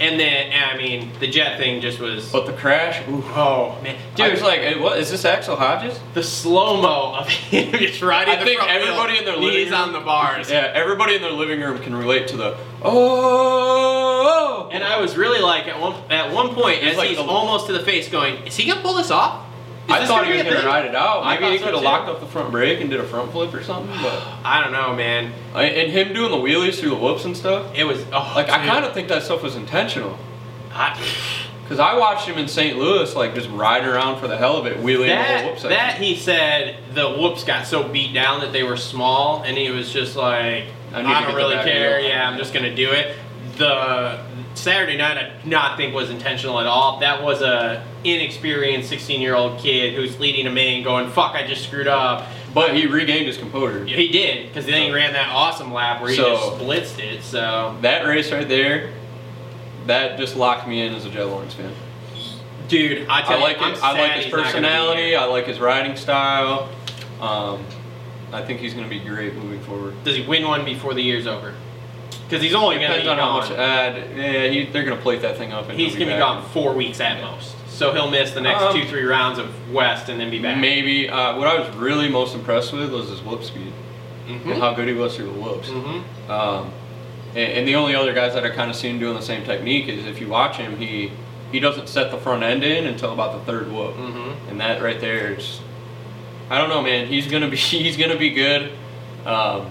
Speaker 1: And then, and I mean, the jet thing just was.
Speaker 2: But the crash, ooh.
Speaker 1: oh man,
Speaker 2: Dude,
Speaker 1: dude!
Speaker 2: it's like, eh, what is this Axel Hodges?
Speaker 1: the slow mo of him just riding.
Speaker 2: I
Speaker 1: the
Speaker 2: think
Speaker 1: front wheel,
Speaker 2: everybody in their living
Speaker 1: knees
Speaker 2: room-
Speaker 1: on the bars.
Speaker 2: Yeah, everybody in their living room can relate to the oh.
Speaker 1: And I was really like at one at one point
Speaker 2: It's
Speaker 1: as
Speaker 2: like
Speaker 1: he's
Speaker 2: a-
Speaker 1: almost to the face, going, "Is he gonna pull this off?" Is
Speaker 2: I
Speaker 1: this
Speaker 2: thought he
Speaker 1: be
Speaker 2: was
Speaker 1: a
Speaker 2: gonna
Speaker 1: thing?"
Speaker 2: ride it out.
Speaker 1: I
Speaker 2: Maybe he
Speaker 1: thought so,
Speaker 2: could have
Speaker 1: too.
Speaker 2: locked up the front brake and did a front flip or something. But
Speaker 1: I don't know, man.
Speaker 2: I- and him doing the wheelies through the whoops and stuff.
Speaker 1: It was oh,
Speaker 2: Like I kind of think that stuff was intentional.
Speaker 1: of.
Speaker 2: Cause I watched him in St. Louis, like just riding around for the hell of it, wheeling the
Speaker 1: That,
Speaker 2: whoops.
Speaker 1: that he said the whoops got so beat down that they were small, and he was just like,
Speaker 2: I
Speaker 1: I,
Speaker 2: need to get
Speaker 1: don't
Speaker 2: the
Speaker 1: really
Speaker 2: back
Speaker 1: care.
Speaker 2: wheel."
Speaker 1: Yeah, I'm just gonna do it. The Saturday night, I do not think was intentional at all. That was a inexperienced 16 year old kid who's leading a man, going, "Fuck, I just screwed up."
Speaker 2: But he regained his composure.
Speaker 1: He did because then he ran that awesome lap where he
Speaker 2: So-
Speaker 1: just blitzed it. So,
Speaker 2: That race right there, that just locked me in as a Jed Lawrence fan.
Speaker 1: dude, I
Speaker 2: I
Speaker 1: tell
Speaker 2: like
Speaker 1: you,
Speaker 2: his,
Speaker 1: i
Speaker 2: I like his personality. I like his riding style. Um, I think he's going to be great moving forward.
Speaker 1: Does he win one before the year's over? Because he's only going to be
Speaker 2: Depends on how much.
Speaker 1: gone.
Speaker 2: Uh, yeah, he, they're going to plate that thing up, and
Speaker 1: He's
Speaker 2: he'll
Speaker 1: going to be
Speaker 2: back.
Speaker 1: gone four weeks at most. So he'll miss the next
Speaker 2: Um,
Speaker 1: two, three rounds of West and then be back.
Speaker 2: Maybe uh, what I was really most impressed with was his whoop speed and
Speaker 1: hmm
Speaker 2: how good he was through the whoops.
Speaker 1: hmm
Speaker 2: Um, and, and the only other guys that I kind of seen doing the same technique is if you watch him, he he doesn't set the front end in until about the third whoop,
Speaker 1: Mhm.
Speaker 2: and that right there is, I don't know, man. He's gonna be he's gonna be good. Um,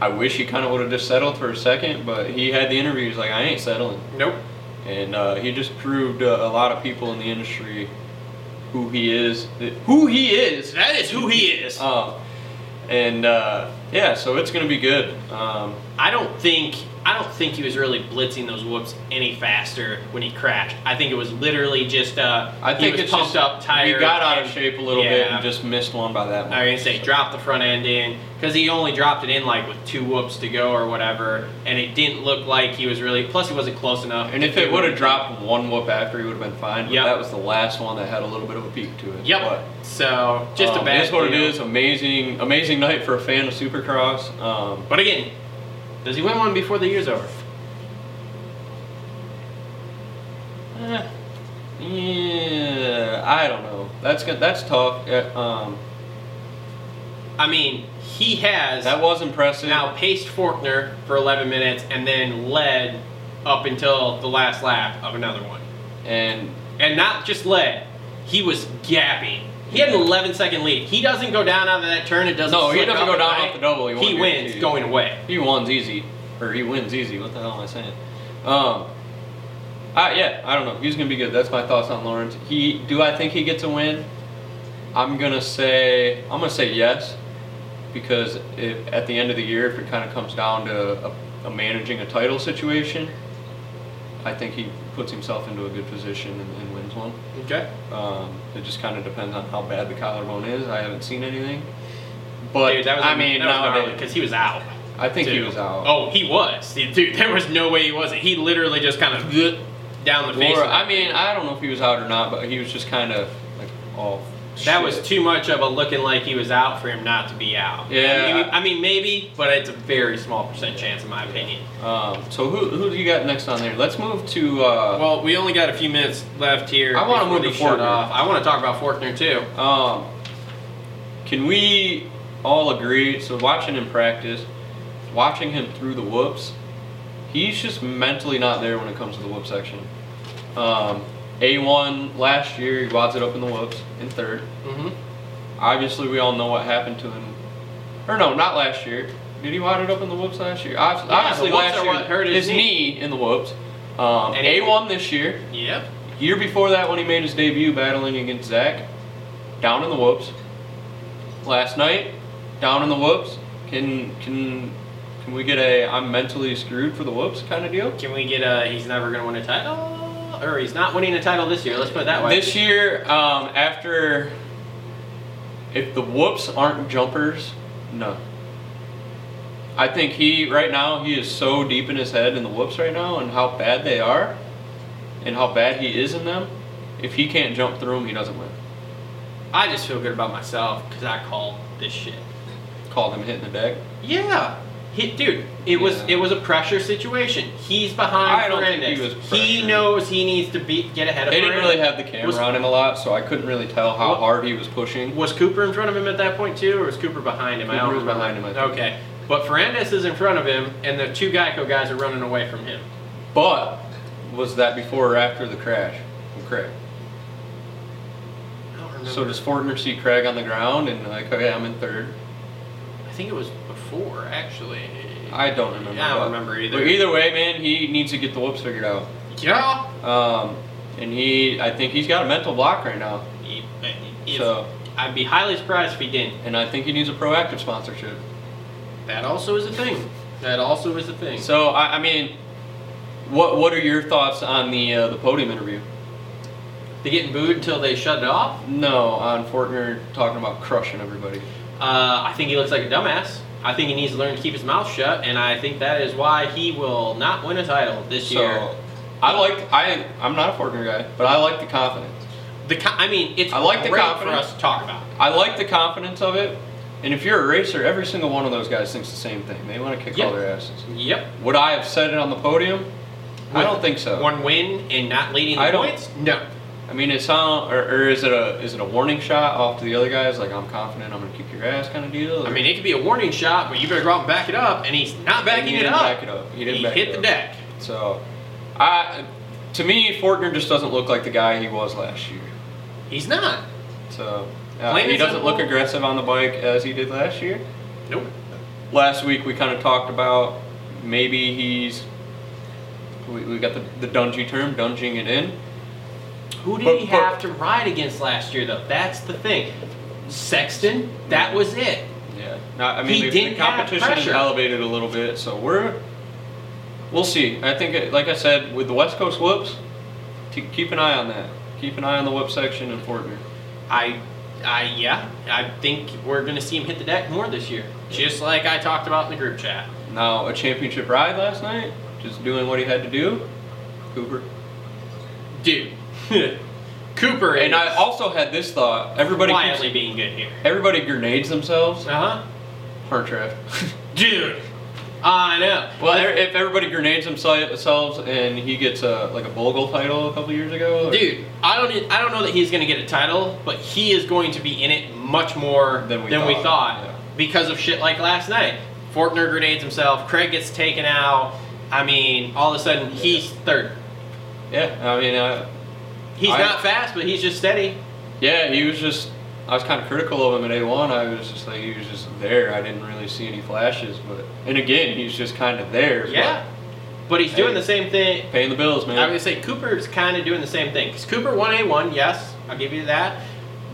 Speaker 2: I wish he kind of would have just settled for a second, but he had the interview. He's like, I ain't settling,
Speaker 1: Nope.
Speaker 2: and uh, he just proved uh, a lot of people in the industry who he is, who he is.
Speaker 1: That is who he is.
Speaker 2: Um, and uh, yeah, so it's gonna be good. Um,
Speaker 1: I don't think I don't think he was really blitzing those whoops any faster when he crashed. I think it was literally just uh,
Speaker 2: I
Speaker 1: he
Speaker 2: think
Speaker 1: was
Speaker 2: it's
Speaker 1: pumped
Speaker 2: just,
Speaker 1: up, tired.
Speaker 2: We got out of
Speaker 1: and-
Speaker 2: shape a little bit
Speaker 1: Yeah.
Speaker 2: and just missed one by that much.
Speaker 1: I was gonna say drop the front end in because he only dropped it in like with two whoops to go or whatever, and it didn't look like he was really. Plus, he wasn't close enough.
Speaker 2: And if it would have dropped one whoop after, he would have been fine. But
Speaker 1: Yep.
Speaker 2: that was the last one that had a little bit of a peak to it.
Speaker 1: Yep.
Speaker 2: But,
Speaker 1: so just a
Speaker 2: um,
Speaker 1: bad.
Speaker 2: That's what it
Speaker 1: deal.
Speaker 2: is. Amazing, amazing night for a fan of Supercross. Um,
Speaker 1: But again, does he win one before the year's over?
Speaker 2: eh, yeah, I don't know. That's good. That's tough. Yeah, um,
Speaker 1: I mean, he has
Speaker 2: that was impressive.
Speaker 1: now paced Faulkner for 11 minutes and then led up until the last lap of another one,
Speaker 2: and
Speaker 1: and not just led. He was gapping. He had an 11 second lead. He doesn't go down out of that turn. It doesn't.
Speaker 2: No, he
Speaker 1: slip
Speaker 2: doesn't
Speaker 1: up
Speaker 2: go
Speaker 1: and
Speaker 2: down
Speaker 1: away.
Speaker 2: off the double, he won't
Speaker 1: he
Speaker 2: get
Speaker 1: wins
Speaker 2: to you.
Speaker 1: going away.
Speaker 2: He wins easy, or he wins easy. What the hell am I saying? Um, I, yeah, I don't know. He's gonna be good. That's my thoughts on Lawrence. He do I think he gets a win? I'm gonna say I'm gonna say yes, because if, at the end of the year, if it kind of comes down to a, a managing a title situation, I think he puts himself into a good position and, and wins one.
Speaker 1: Okay.
Speaker 2: Um, it just kind of depends on how bad the collarbone is. I haven't seen anything, but
Speaker 1: Dude, that was
Speaker 2: I mean, nowadays,
Speaker 1: because he was out.
Speaker 2: I think he
Speaker 1: too.
Speaker 2: was out.
Speaker 1: Oh, he was, dude. There was no way he wasn't. He literally just kind of down the face.
Speaker 2: Or,
Speaker 1: of that
Speaker 2: I mean, I don't know if he was out or not, but he was just kind of like off.
Speaker 1: That was too much of a looking like he was out for him not to be out.
Speaker 2: Yeah.
Speaker 1: I mean, I mean, maybe, but it's a very small percent chance, in my opinion.
Speaker 2: Um, so who who do you got next on there? Let's move to. Uh,
Speaker 1: Well, we only got a few minutes left here.
Speaker 2: I wanna
Speaker 1: before
Speaker 2: move
Speaker 1: they
Speaker 2: to
Speaker 1: shut
Speaker 2: Fortner.
Speaker 1: off. I want to talk about Forkner too.
Speaker 2: um, can we all agree? So watching him practice, watching him through the whoops, he's just mentally not there when it comes to the whoop section. Um, A1 last year, he wads it up in the whoops in third.
Speaker 1: hmm
Speaker 2: Obviously, we all know what happened to him. Or no, not last year. Did he wad it up in the whoops last year? Obvi-
Speaker 1: the
Speaker 2: Obviously,
Speaker 1: whoops
Speaker 2: last
Speaker 1: are
Speaker 2: year
Speaker 1: what hurt his knee.
Speaker 2: knee. in the whoops. Um,
Speaker 1: And he-
Speaker 2: A1 this year.
Speaker 1: Yep.
Speaker 2: Year before that, when he made his debut battling against Zach, down in the whoops. Last night, down in the whoops. Can can Can we get a I'm mentally screwed for the whoops kind of deal?
Speaker 1: Can we get a he's never going to win a title? Or he's not winning a title this year. Let's put it that way.
Speaker 2: This year, um, after if the whoops aren't jumpers, no. I think he right now he is so deep in his head in the whoops right now and how bad they are, and how bad he is in them. If he can't jump through them, he doesn't win.
Speaker 1: I just feel good about myself because I called this shit.
Speaker 2: Called him hitting the deck.
Speaker 1: Yeah. He, dude, it was
Speaker 2: Yeah.
Speaker 1: it was a pressure situation. He's behind
Speaker 2: I don't think
Speaker 1: Ferrandez.
Speaker 2: he was
Speaker 1: He
Speaker 2: pressured.
Speaker 1: knows he needs to be, get ahead of
Speaker 2: They didn't
Speaker 1: Ferrandez.
Speaker 2: really have the camera
Speaker 1: Was-
Speaker 2: on him a lot, so I couldn't really tell how
Speaker 1: What-
Speaker 2: hard he was pushing.
Speaker 1: Was Cooper in front of him at that point too, or was Cooper behind him? I don't
Speaker 2: Cooper was
Speaker 1: remember.
Speaker 2: behind him, I think.
Speaker 1: Okay, but Ferrandez is in front of him, and the two Geico guys are running away from him.
Speaker 2: But was that before or after the crash? from Craig.
Speaker 1: I don't remember.
Speaker 2: So does Fortner see Craig on the ground and like, okay, I'm in third?
Speaker 1: I think it was before actually.
Speaker 2: I don't remember.
Speaker 1: I don't
Speaker 2: that.
Speaker 1: remember either.
Speaker 2: But either way, man, he needs to get the whoops figured out.
Speaker 1: yeah.
Speaker 2: Um, and he, I think he's got a mental block right now.
Speaker 1: He- if-
Speaker 2: So-
Speaker 1: I'd be highly surprised if he didn't.
Speaker 2: And I think he needs a proactive sponsorship.
Speaker 1: That also is a thing. That also is a thing.
Speaker 2: So I, I mean, what what are your thoughts on the uh, the podium interview?
Speaker 1: They're getting booed until they shut it off.
Speaker 2: No, on Fortner talking about crushing everybody.
Speaker 1: Uh, I think he looks like a dumbass. I think he needs to learn to keep his mouth shut, and I think that is why he will not win a title this year.
Speaker 2: So I like I I'm not a Fortner guy, but I like the confidence.
Speaker 1: The co- I mean, it's
Speaker 2: I like the
Speaker 1: great for
Speaker 2: confidence.
Speaker 1: us to talk about.
Speaker 2: I like the confidence of it. And if you're a racer, every single one of those guys thinks the same thing. They want to kick
Speaker 1: Yeah.
Speaker 2: all their asses.
Speaker 1: Yep.
Speaker 2: Would I have said it on the podium? I
Speaker 1: With
Speaker 2: don't think so.
Speaker 1: One win and not leading the
Speaker 2: I don't-
Speaker 1: points? No.
Speaker 2: I mean, it's sound or, or is it a is it a warning shot off to the other guys? Like I'm confident, I'm gonna kick your ass, kind of deal.
Speaker 1: I mean, it could be a warning shot, but you better go out and back it up, and he's not
Speaker 2: he
Speaker 1: backing it
Speaker 2: didn't
Speaker 1: up.
Speaker 2: back it up. He didn't
Speaker 1: He
Speaker 2: back
Speaker 1: hit
Speaker 2: it
Speaker 1: the
Speaker 2: up.
Speaker 1: deck.
Speaker 2: So, I to me, Fortner just doesn't look like the guy he was last year.
Speaker 1: He's not.
Speaker 2: So uh,
Speaker 1: Plain
Speaker 2: he
Speaker 1: and
Speaker 2: doesn't
Speaker 1: simple.
Speaker 2: look aggressive on the bike as he did last year.
Speaker 1: Nope.
Speaker 2: last week we kind of talked about maybe he's we, we got the, the dungy term dunging it in
Speaker 1: Who did
Speaker 2: But-
Speaker 1: he
Speaker 2: but-
Speaker 1: have to ride against last year, though? That's the thing. Sexton, that was it.
Speaker 2: yeah i mean
Speaker 1: He
Speaker 2: the- the
Speaker 1: didn't have
Speaker 2: competition is
Speaker 1: pressure.
Speaker 2: elevated a little bit so we're we'll see i think it, like i said with the west coast whoops to keep an eye on that keep an eye on the whoop section in Fortner.
Speaker 1: I, I yeah, I think we're gonna see him hit the deck more this year, just like I talked about in the group chat.
Speaker 2: now a championship ride last night just doing what he had to do cooper
Speaker 1: Dude, Cooper
Speaker 2: and
Speaker 1: and
Speaker 2: i
Speaker 1: I
Speaker 2: also had this thought everybody
Speaker 1: quietly
Speaker 2: keeps,
Speaker 1: being good here.
Speaker 2: everybody grenades themselves
Speaker 1: Uh huh.
Speaker 2: hard draft
Speaker 1: Dude, I know.
Speaker 2: Well, er- if everybody grenades themselves and he gets a like a Bogle title a couple years ago, or-
Speaker 1: Dude, I don't e- I don't know that he's gonna get a title, but he is going to be in it much more
Speaker 2: Than we thought, yeah.
Speaker 1: because of shit like last night. Fortner grenades himself. Craig gets taken out. I mean, all of a sudden he's third.
Speaker 2: yeah, I mean, uh,
Speaker 1: He's
Speaker 2: I-
Speaker 1: not fast, but he's just steady.
Speaker 2: yeah, he was just. I was kind of critical of him at A1. I was just like, he was just there. I didn't really see any flashes, but and again, he's just kind of there. but
Speaker 1: Yeah, but he's doing
Speaker 2: Hey.
Speaker 1: the same thing.
Speaker 2: paying the bills, man.
Speaker 1: I would say Cooper's kind of doing the same thing. 'Cause Cooper won A1, yes, I'll give you that.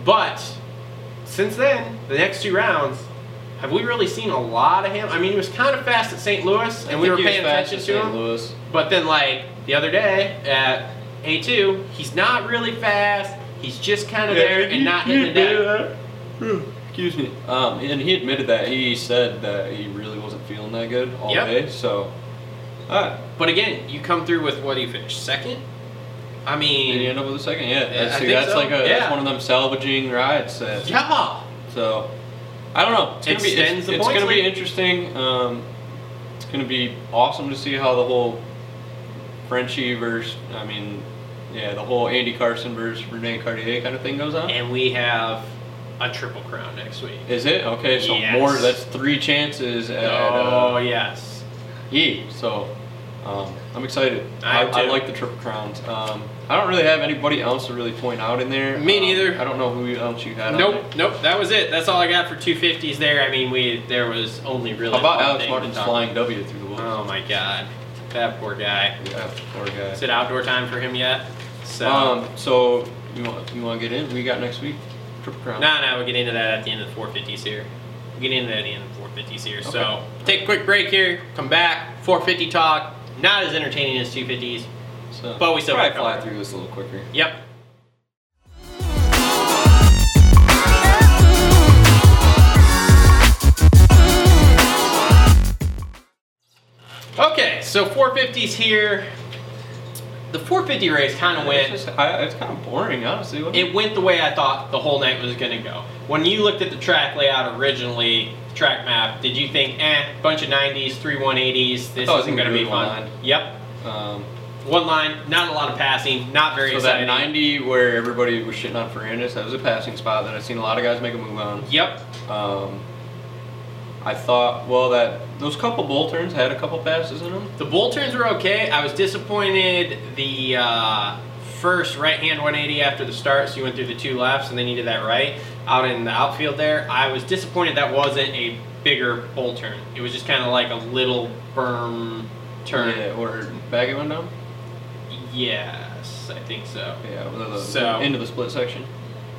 Speaker 1: But since then, the next two rounds, have we really seen a lot of him? I mean, he was kind of fast at St. Louis,
Speaker 2: I
Speaker 1: and we were
Speaker 2: think he was
Speaker 1: paying
Speaker 2: fast
Speaker 1: attention to
Speaker 2: at St.
Speaker 1: him.
Speaker 2: Louis.
Speaker 1: But then, like the other day at A2, he's not really fast. He's just kind of there and not hitting the deck.
Speaker 2: Excuse me. Um, and he admitted that he said that he really wasn't feeling that good all
Speaker 1: Yep.
Speaker 2: day. So, uh, all right.
Speaker 1: But again, you come through with what do you finish second? I
Speaker 2: And you
Speaker 1: mean,
Speaker 2: end up with a second, yeah.
Speaker 1: I
Speaker 2: That's,
Speaker 1: think
Speaker 2: that's
Speaker 1: so.
Speaker 2: like a,
Speaker 1: Yeah.
Speaker 2: that's one of them salvaging rides. That,
Speaker 1: yeah.
Speaker 2: So, I don't know. It's gonna be
Speaker 1: Extends
Speaker 2: it's,
Speaker 1: the
Speaker 2: it's
Speaker 1: points
Speaker 2: gonna be
Speaker 1: lead.
Speaker 2: interesting. Um, it's gonna be awesome to see how the whole Frenchie versus, I mean, yeah, the whole Andy Carson versus Rene Cartier kind of thing goes on.
Speaker 1: And we have a triple crown next week.
Speaker 2: Is it okay? So
Speaker 1: Yes.
Speaker 2: more. That's three chances at.
Speaker 1: oh
Speaker 2: Uh,
Speaker 1: yes.
Speaker 2: E. So. Um, I'm excited.
Speaker 1: I
Speaker 2: I,
Speaker 1: am
Speaker 2: I
Speaker 1: too.
Speaker 2: like the triple crowns. Um, I don't really have anybody else to really point out in there.
Speaker 1: Me
Speaker 2: Um,
Speaker 1: neither.
Speaker 2: I don't know who else you had. on there.
Speaker 1: Nope, nope. That was it. That's all I got for 250s. There. I mean, we there was only really.
Speaker 2: How about
Speaker 1: one
Speaker 2: Alex
Speaker 1: thing to
Speaker 2: Martin's
Speaker 1: talk-
Speaker 2: flying W through the woods?
Speaker 1: Oh my God, that poor guy.
Speaker 2: yeah, poor guy.
Speaker 1: Is it outdoor time for him yet? So.
Speaker 2: Um, so you want you want to get in? We got next week, Triple Crown.
Speaker 1: Nah, nah, we'll get into that at the end of the 450s here. We'll get into that in the 450s here. So take a quick break here. Come back. 450 talk. Not as entertaining as 250s.
Speaker 2: So
Speaker 1: But we still
Speaker 2: probably
Speaker 1: got
Speaker 2: fly
Speaker 1: covered.
Speaker 2: through this a little quicker.
Speaker 1: Yep. Okay, so 450s here. The 450 race kind of went.
Speaker 2: It's, just, I, it's kind of boring, honestly. What
Speaker 1: It went the way I thought the whole night was going to go. When you looked at the track layout originally, the track map, did you think, eh, bunch of 90s, three 180s, this
Speaker 2: thought it was
Speaker 1: isn't
Speaker 2: Oh, gonna
Speaker 1: going to
Speaker 2: be
Speaker 1: be
Speaker 2: one
Speaker 1: fun?
Speaker 2: line.
Speaker 1: Yep.
Speaker 2: um,
Speaker 1: One line, not a lot of passing, not very
Speaker 2: so
Speaker 1: exciting.
Speaker 2: that 90 where everybody was shitting on Fernandez, that was a passing spot that I've seen a lot of guys make a move on.
Speaker 1: Yep.
Speaker 2: Um, I thought, well, that those couple bull turns had a couple passes in them.
Speaker 1: The bull turns were okay. I was disappointed the uh, first right hand 180 after the start, so you went through the two lefts and then you did that right out in the outfield there. I was disappointed that wasn't a bigger bull turn. It was just kind of like a little berm turn.
Speaker 2: Yeah, or baggy one down.
Speaker 1: Yes, I think so.
Speaker 2: Yeah, the, the
Speaker 1: So-
Speaker 2: into the split section.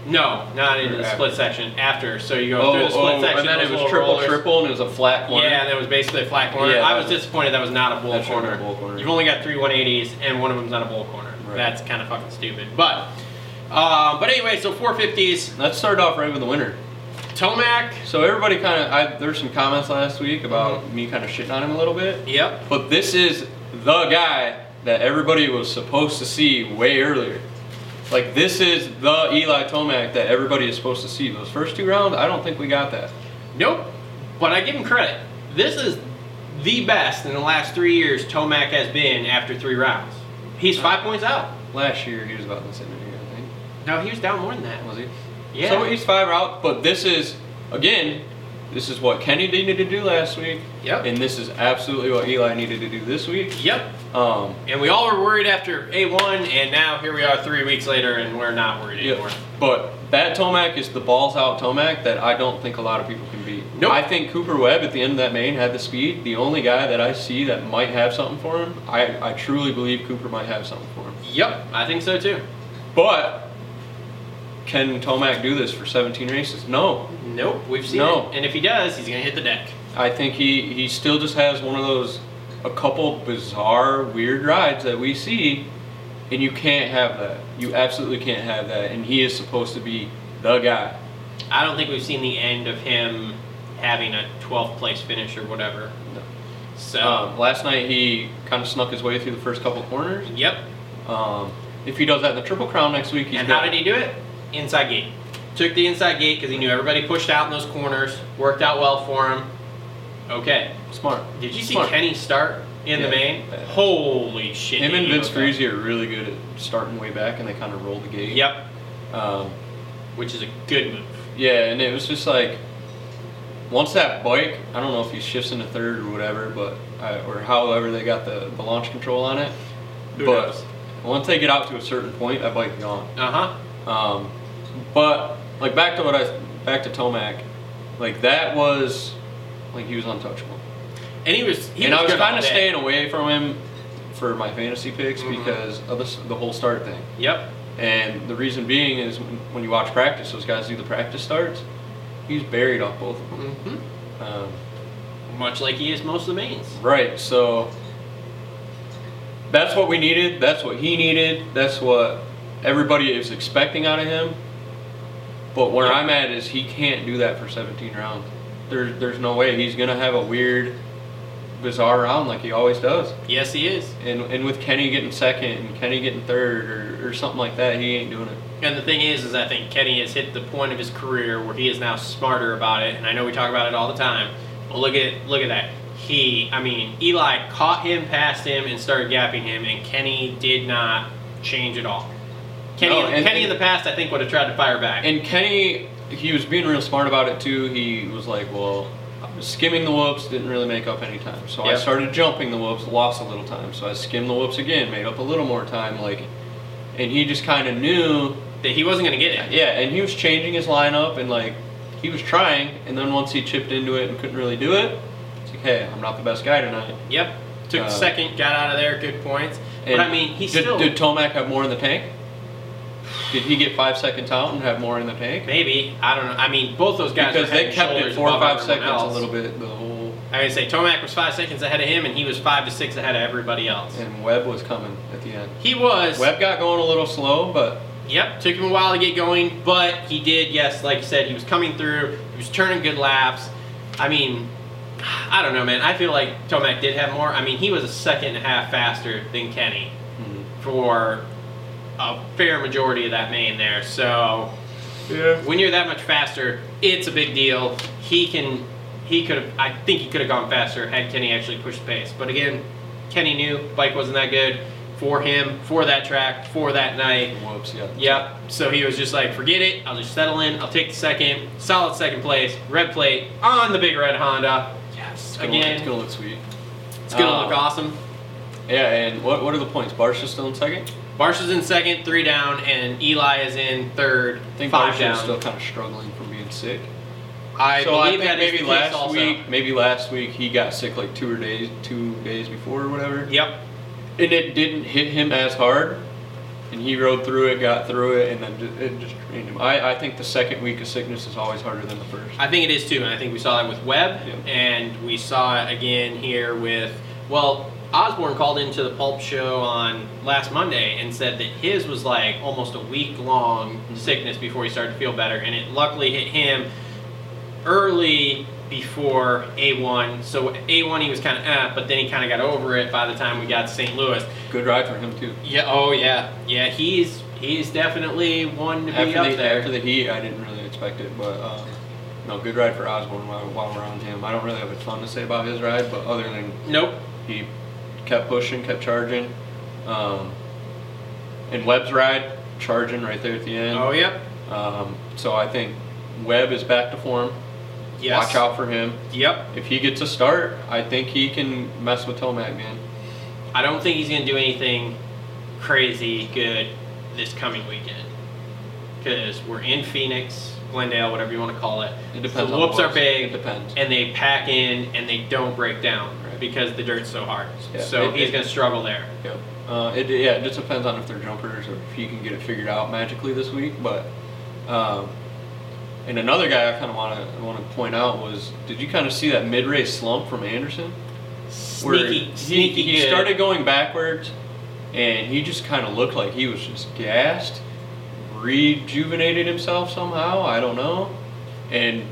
Speaker 1: No, not into the
Speaker 2: After. Oh,
Speaker 1: split section. After, so you go through the split section.
Speaker 2: and then
Speaker 1: those
Speaker 2: it was
Speaker 1: little
Speaker 2: triple
Speaker 1: rollers.
Speaker 2: triple, and it was a flat corner.
Speaker 1: Yeah, that was basically a flat corner.
Speaker 2: Yeah,
Speaker 1: I
Speaker 2: that
Speaker 1: was
Speaker 2: was-
Speaker 1: disappointed that was not a bull
Speaker 2: That should've
Speaker 1: corner.
Speaker 2: been a bull corner.
Speaker 1: You've only got three 180s, and one of them's not a bull corner.
Speaker 2: Right.
Speaker 1: That's kind of fucking stupid. But, um, but anyway, so 450s.
Speaker 2: Let's start off right with the winner.
Speaker 1: Tomac.
Speaker 2: So everybody kind of, there's some comments last week about
Speaker 1: Mm-hmm.
Speaker 2: me kind of shitting on him a little bit,
Speaker 1: Yep.
Speaker 2: but this is the guy that everybody was supposed to see way earlier. Like this is the Eli Tomac that everybody is supposed to see. Those first two rounds, I don't think we got that.
Speaker 1: Nope. But I give him credit. This is the best in the last three years Tomac has been after three rounds. He's five points out.
Speaker 2: Last year he was about the same here, I think.
Speaker 1: No, he was down more than that.
Speaker 2: Was he?
Speaker 1: Yeah.
Speaker 2: So he's five out, but this is again, this is what Kenny needed to do last week.
Speaker 1: Yep.
Speaker 2: And this is absolutely what Eli needed to do this week.
Speaker 1: Yep.
Speaker 2: Um,
Speaker 1: And we all were worried after A1, and now here we are three weeks later, and we're not worried anymore.
Speaker 2: yeah. But that Tomac is the balls out Tomac that I don't think a lot of people can beat.
Speaker 1: Nope.
Speaker 2: I think Cooper Webb at the end of that main had the speed. The only guy that I see that might have something for him, I, I truly believe Cooper might have something for him.
Speaker 1: Yep, I think so too.
Speaker 2: But can Tomac do this for 17 races? No.
Speaker 1: Nope, we've seen
Speaker 2: No.
Speaker 1: it. And if he does, he's gonna hit the deck.
Speaker 2: I think he, he still just has one of those, a couple bizarre, weird rides that we see, and you can't have that. You absolutely can't have that. And he is supposed to be the guy.
Speaker 1: I don't think we've seen the end of him having a 12th place finish or whatever.
Speaker 2: No.
Speaker 1: So,
Speaker 2: Um, last night he kind of snuck his way through the first couple corners.
Speaker 1: yep.
Speaker 2: Um, if he does that in the Triple Crown next week, he's
Speaker 1: And how
Speaker 2: got-
Speaker 1: did he do it? Inside gate. Took the inside gate because he knew everybody pushed out in those corners. Worked out well for him. Okay.
Speaker 2: smart.
Speaker 1: Did you see
Speaker 2: Smart.
Speaker 1: Kenny start in the
Speaker 2: Yeah.
Speaker 1: main?
Speaker 2: Yeah.
Speaker 1: Holy shit!
Speaker 2: Him
Speaker 1: did
Speaker 2: and
Speaker 1: he
Speaker 2: Vince
Speaker 1: look up.
Speaker 2: Greasy are really good at starting way back, and they kind of roll the gate.
Speaker 1: Yep.
Speaker 2: Um,
Speaker 1: Which is a good move.
Speaker 2: Yeah, and it was just like once that bike, I don't know if he shifts into third or whatever, but I, or however they got the, the launch control on it.
Speaker 1: Who
Speaker 2: but
Speaker 1: knows?
Speaker 2: once they get out to a certain point, that bike gone.
Speaker 1: Uh huh.
Speaker 2: Um, but like back to what I back to Tomac, like that was like he was untouchable.
Speaker 1: And he was. He
Speaker 2: and I was
Speaker 1: good all
Speaker 2: kind of
Speaker 1: day.
Speaker 2: staying away from him for my fantasy picks
Speaker 1: Mhm.
Speaker 2: because of the, s- the whole start thing.
Speaker 1: Yep.
Speaker 2: And the reason being is when when you watch practice, those guys do the practice starts. He's buried off both of them.
Speaker 1: hmm
Speaker 2: Um,
Speaker 1: Much like he is most of the mains.
Speaker 2: right, so that's what we needed. That's what he needed. That's what everybody is expecting out of him. But where I'm at is he can't do that for 17 rounds. There, there's no way he's gonna have a weird, bizarre round like he always does.
Speaker 1: Yes, he is.
Speaker 2: And and with Kenny getting second and Kenny getting third or, or something like that, he ain't doing it.
Speaker 1: And the thing is, is I think Kenny has hit the point of his career where he is now smarter about it. And I know we talk about it all the time, but look at look at that. He, I mean, Eli caught him, passed him, and started gapping him, and Kenny did not change at all. Kenny,
Speaker 2: No, and-
Speaker 1: Kenny in the past, I think, would have tried to fire back.
Speaker 2: And Kenny, he was being real smart about it too. He was like, well, I was skimming the whoops, didn't really make up any time. So I
Speaker 1: Yep.
Speaker 2: started jumping the whoops, lost a little time. So I skimmed the whoops again, made up a little more time. Like, and he just kind of knew,
Speaker 1: that he wasn't going to get it.
Speaker 2: yeah. And he was changing his lineup and like, he was trying. And then once he chipped into it and couldn't really do it, it's like, hey, I'm not the best guy tonight.
Speaker 1: Yep. Took
Speaker 2: Uh,
Speaker 1: second, got out of there, good points. But
Speaker 2: And
Speaker 1: I mean, he
Speaker 2: did,
Speaker 1: still.
Speaker 2: did Tomac have more in the tank? Did he get five seconds out and have more in the tank?
Speaker 1: Maybe I don't know. I mean, both those guys
Speaker 2: Because
Speaker 1: were head
Speaker 2: they
Speaker 1: and
Speaker 2: kept it
Speaker 1: shoulders
Speaker 2: four or
Speaker 1: above
Speaker 2: five
Speaker 1: everyone
Speaker 2: seconds a
Speaker 1: else.
Speaker 2: little bit. The whole
Speaker 1: I would say Tomac was five seconds ahead of him, and he was five to six ahead of everybody else.
Speaker 2: and Webb was coming at the end.
Speaker 1: He was.
Speaker 2: Webb got going a little slow, but
Speaker 1: Yep, took him a while to get going, but he did. Yes, like you said, he was coming through. He was turning good laps. I mean, I don't know, man. I feel like Tomac did have more. I mean, he was a second and a half faster than Kenny for a fair majority of that main there. So
Speaker 2: yeah.
Speaker 1: when you're that much faster, it's a big deal. He can, he could have. I think he could have gone faster had Kenny actually pushed the pace. But again, Kenny knew bike wasn't that good for him, for that track, for that night.
Speaker 2: Whoops, yeah.
Speaker 1: Yep. So he was just like, forget it. I'll just settle in. I'll take the second. Solid second place. Red plate on the big red Honda.
Speaker 2: Yes.
Speaker 1: Again.
Speaker 2: it's gonna look sweet.
Speaker 1: It's gonna
Speaker 2: Uh,
Speaker 1: look awesome.
Speaker 2: Yeah, and what what are the points? Barsha's still in second.
Speaker 1: Marsh is in second, three down, and Eli is in third,
Speaker 2: I think
Speaker 1: five
Speaker 2: Barsha's
Speaker 1: down.
Speaker 2: still kind of struggling from being sick.
Speaker 1: I
Speaker 2: so I
Speaker 1: believe
Speaker 2: think
Speaker 1: that is
Speaker 2: maybe
Speaker 1: the case
Speaker 2: last
Speaker 1: also.
Speaker 2: week, maybe last week he got sick like two or days, two days before or whatever.
Speaker 1: Yep.
Speaker 2: and it didn't hit him as hard. And he rode through it, got through it, and then ju- it just drained him. I, I think the second week of sickness is always harder than the first.
Speaker 1: I think it is too, and I think we saw that with Webb,
Speaker 2: Yeah.
Speaker 1: and we saw it again here with well, Osborne called into the Pulp Show on last Monday and said that his was like almost a week long
Speaker 2: Mm-hmm.
Speaker 1: sickness before he started to feel better, and it luckily hit him early before A1. So A1 he was kind of eh, but then he kind of got over it by the time we got to St. Louis.
Speaker 2: Good ride for him too.
Speaker 1: Yeah. Oh yeah. Yeah. He's he's definitely one to be
Speaker 2: After
Speaker 1: up
Speaker 2: the,
Speaker 1: there.
Speaker 2: after the heat, I didn't really expect it, but um, no, good ride for Osborne while, while we're on him. I don't really have a ton to say about his ride, but other than
Speaker 1: nope.
Speaker 2: he kept pushing, kept charging. Um, and Webb's ride, charging right there at the end.
Speaker 1: Oh yep.
Speaker 2: Um, so I think Webb is back to form.
Speaker 1: Yes.
Speaker 2: Watch out for him.
Speaker 1: Yep.
Speaker 2: If he gets a start, I think he can mess with Tomac, man.
Speaker 1: I don't think he's going to do anything crazy good this coming weekend because we're in Phoenix, Glendale, whatever you want to call it.
Speaker 2: It depends
Speaker 1: The
Speaker 2: on the
Speaker 1: whoops are
Speaker 2: boys.
Speaker 1: big.
Speaker 2: It depends.
Speaker 1: And they pack in and they don't break down
Speaker 2: Right.
Speaker 1: because the dirt's so hard.
Speaker 2: Yeah.
Speaker 1: So
Speaker 2: It-
Speaker 1: he's
Speaker 2: it-
Speaker 1: going to struggle there.
Speaker 2: Yep. Uh, it yeah, it just depends on if they're jumpers or if he can get it figured out magically this week. But um, and another guy I kind of want to want to point out was, did you kind of see that mid race slump from Anderson? Where
Speaker 1: Sneaky,
Speaker 2: he,
Speaker 1: sneaky.
Speaker 2: He
Speaker 1: good.
Speaker 2: started going backwards, and he just kind of looked like he was just gassed, rejuvenated himself somehow. I don't know, and.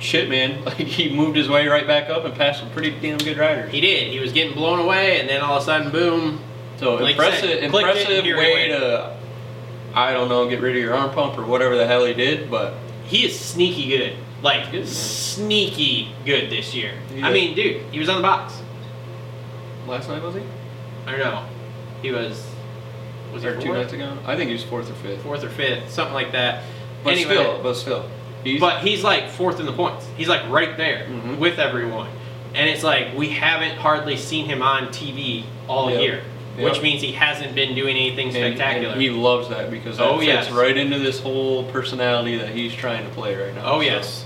Speaker 2: Shit, man! Like he moved his way right back up and passed some pretty damn good riders.
Speaker 1: He did. He was getting blown away, and then all of a sudden, boom.
Speaker 2: So
Speaker 1: Like you
Speaker 2: impressive,
Speaker 1: said, clicked it,
Speaker 2: impressive
Speaker 1: here it
Speaker 2: way
Speaker 1: went.
Speaker 2: to, I don't know, get rid of your arm pump or whatever the hell he did, but
Speaker 1: He is sneaky good. Like,
Speaker 2: Good, man.
Speaker 1: sneaky good this year.
Speaker 2: Yeah.
Speaker 1: I mean, dude, he was on the box.
Speaker 2: last night was he?
Speaker 1: I don't know. He was. Was he
Speaker 2: or two
Speaker 1: fourth?
Speaker 2: nights ago? I think he was fourth or fifth.
Speaker 1: fourth or fifth, something like that.
Speaker 2: But
Speaker 1: anyway,
Speaker 2: still, but still, he's
Speaker 1: but he's like fourth in the points. He's like right there
Speaker 2: Mhm.
Speaker 1: with everyone, and it's like we haven't hardly seen him on TV all
Speaker 2: Yep.
Speaker 1: year,
Speaker 2: Yep.
Speaker 1: which means he hasn't been doing anything
Speaker 2: and- and
Speaker 1: spectacular.
Speaker 2: he loves that because that
Speaker 1: Oh,
Speaker 2: fits
Speaker 1: yes.
Speaker 2: right into this whole personality that he's trying to play right now.
Speaker 1: oh
Speaker 2: so.
Speaker 1: yes,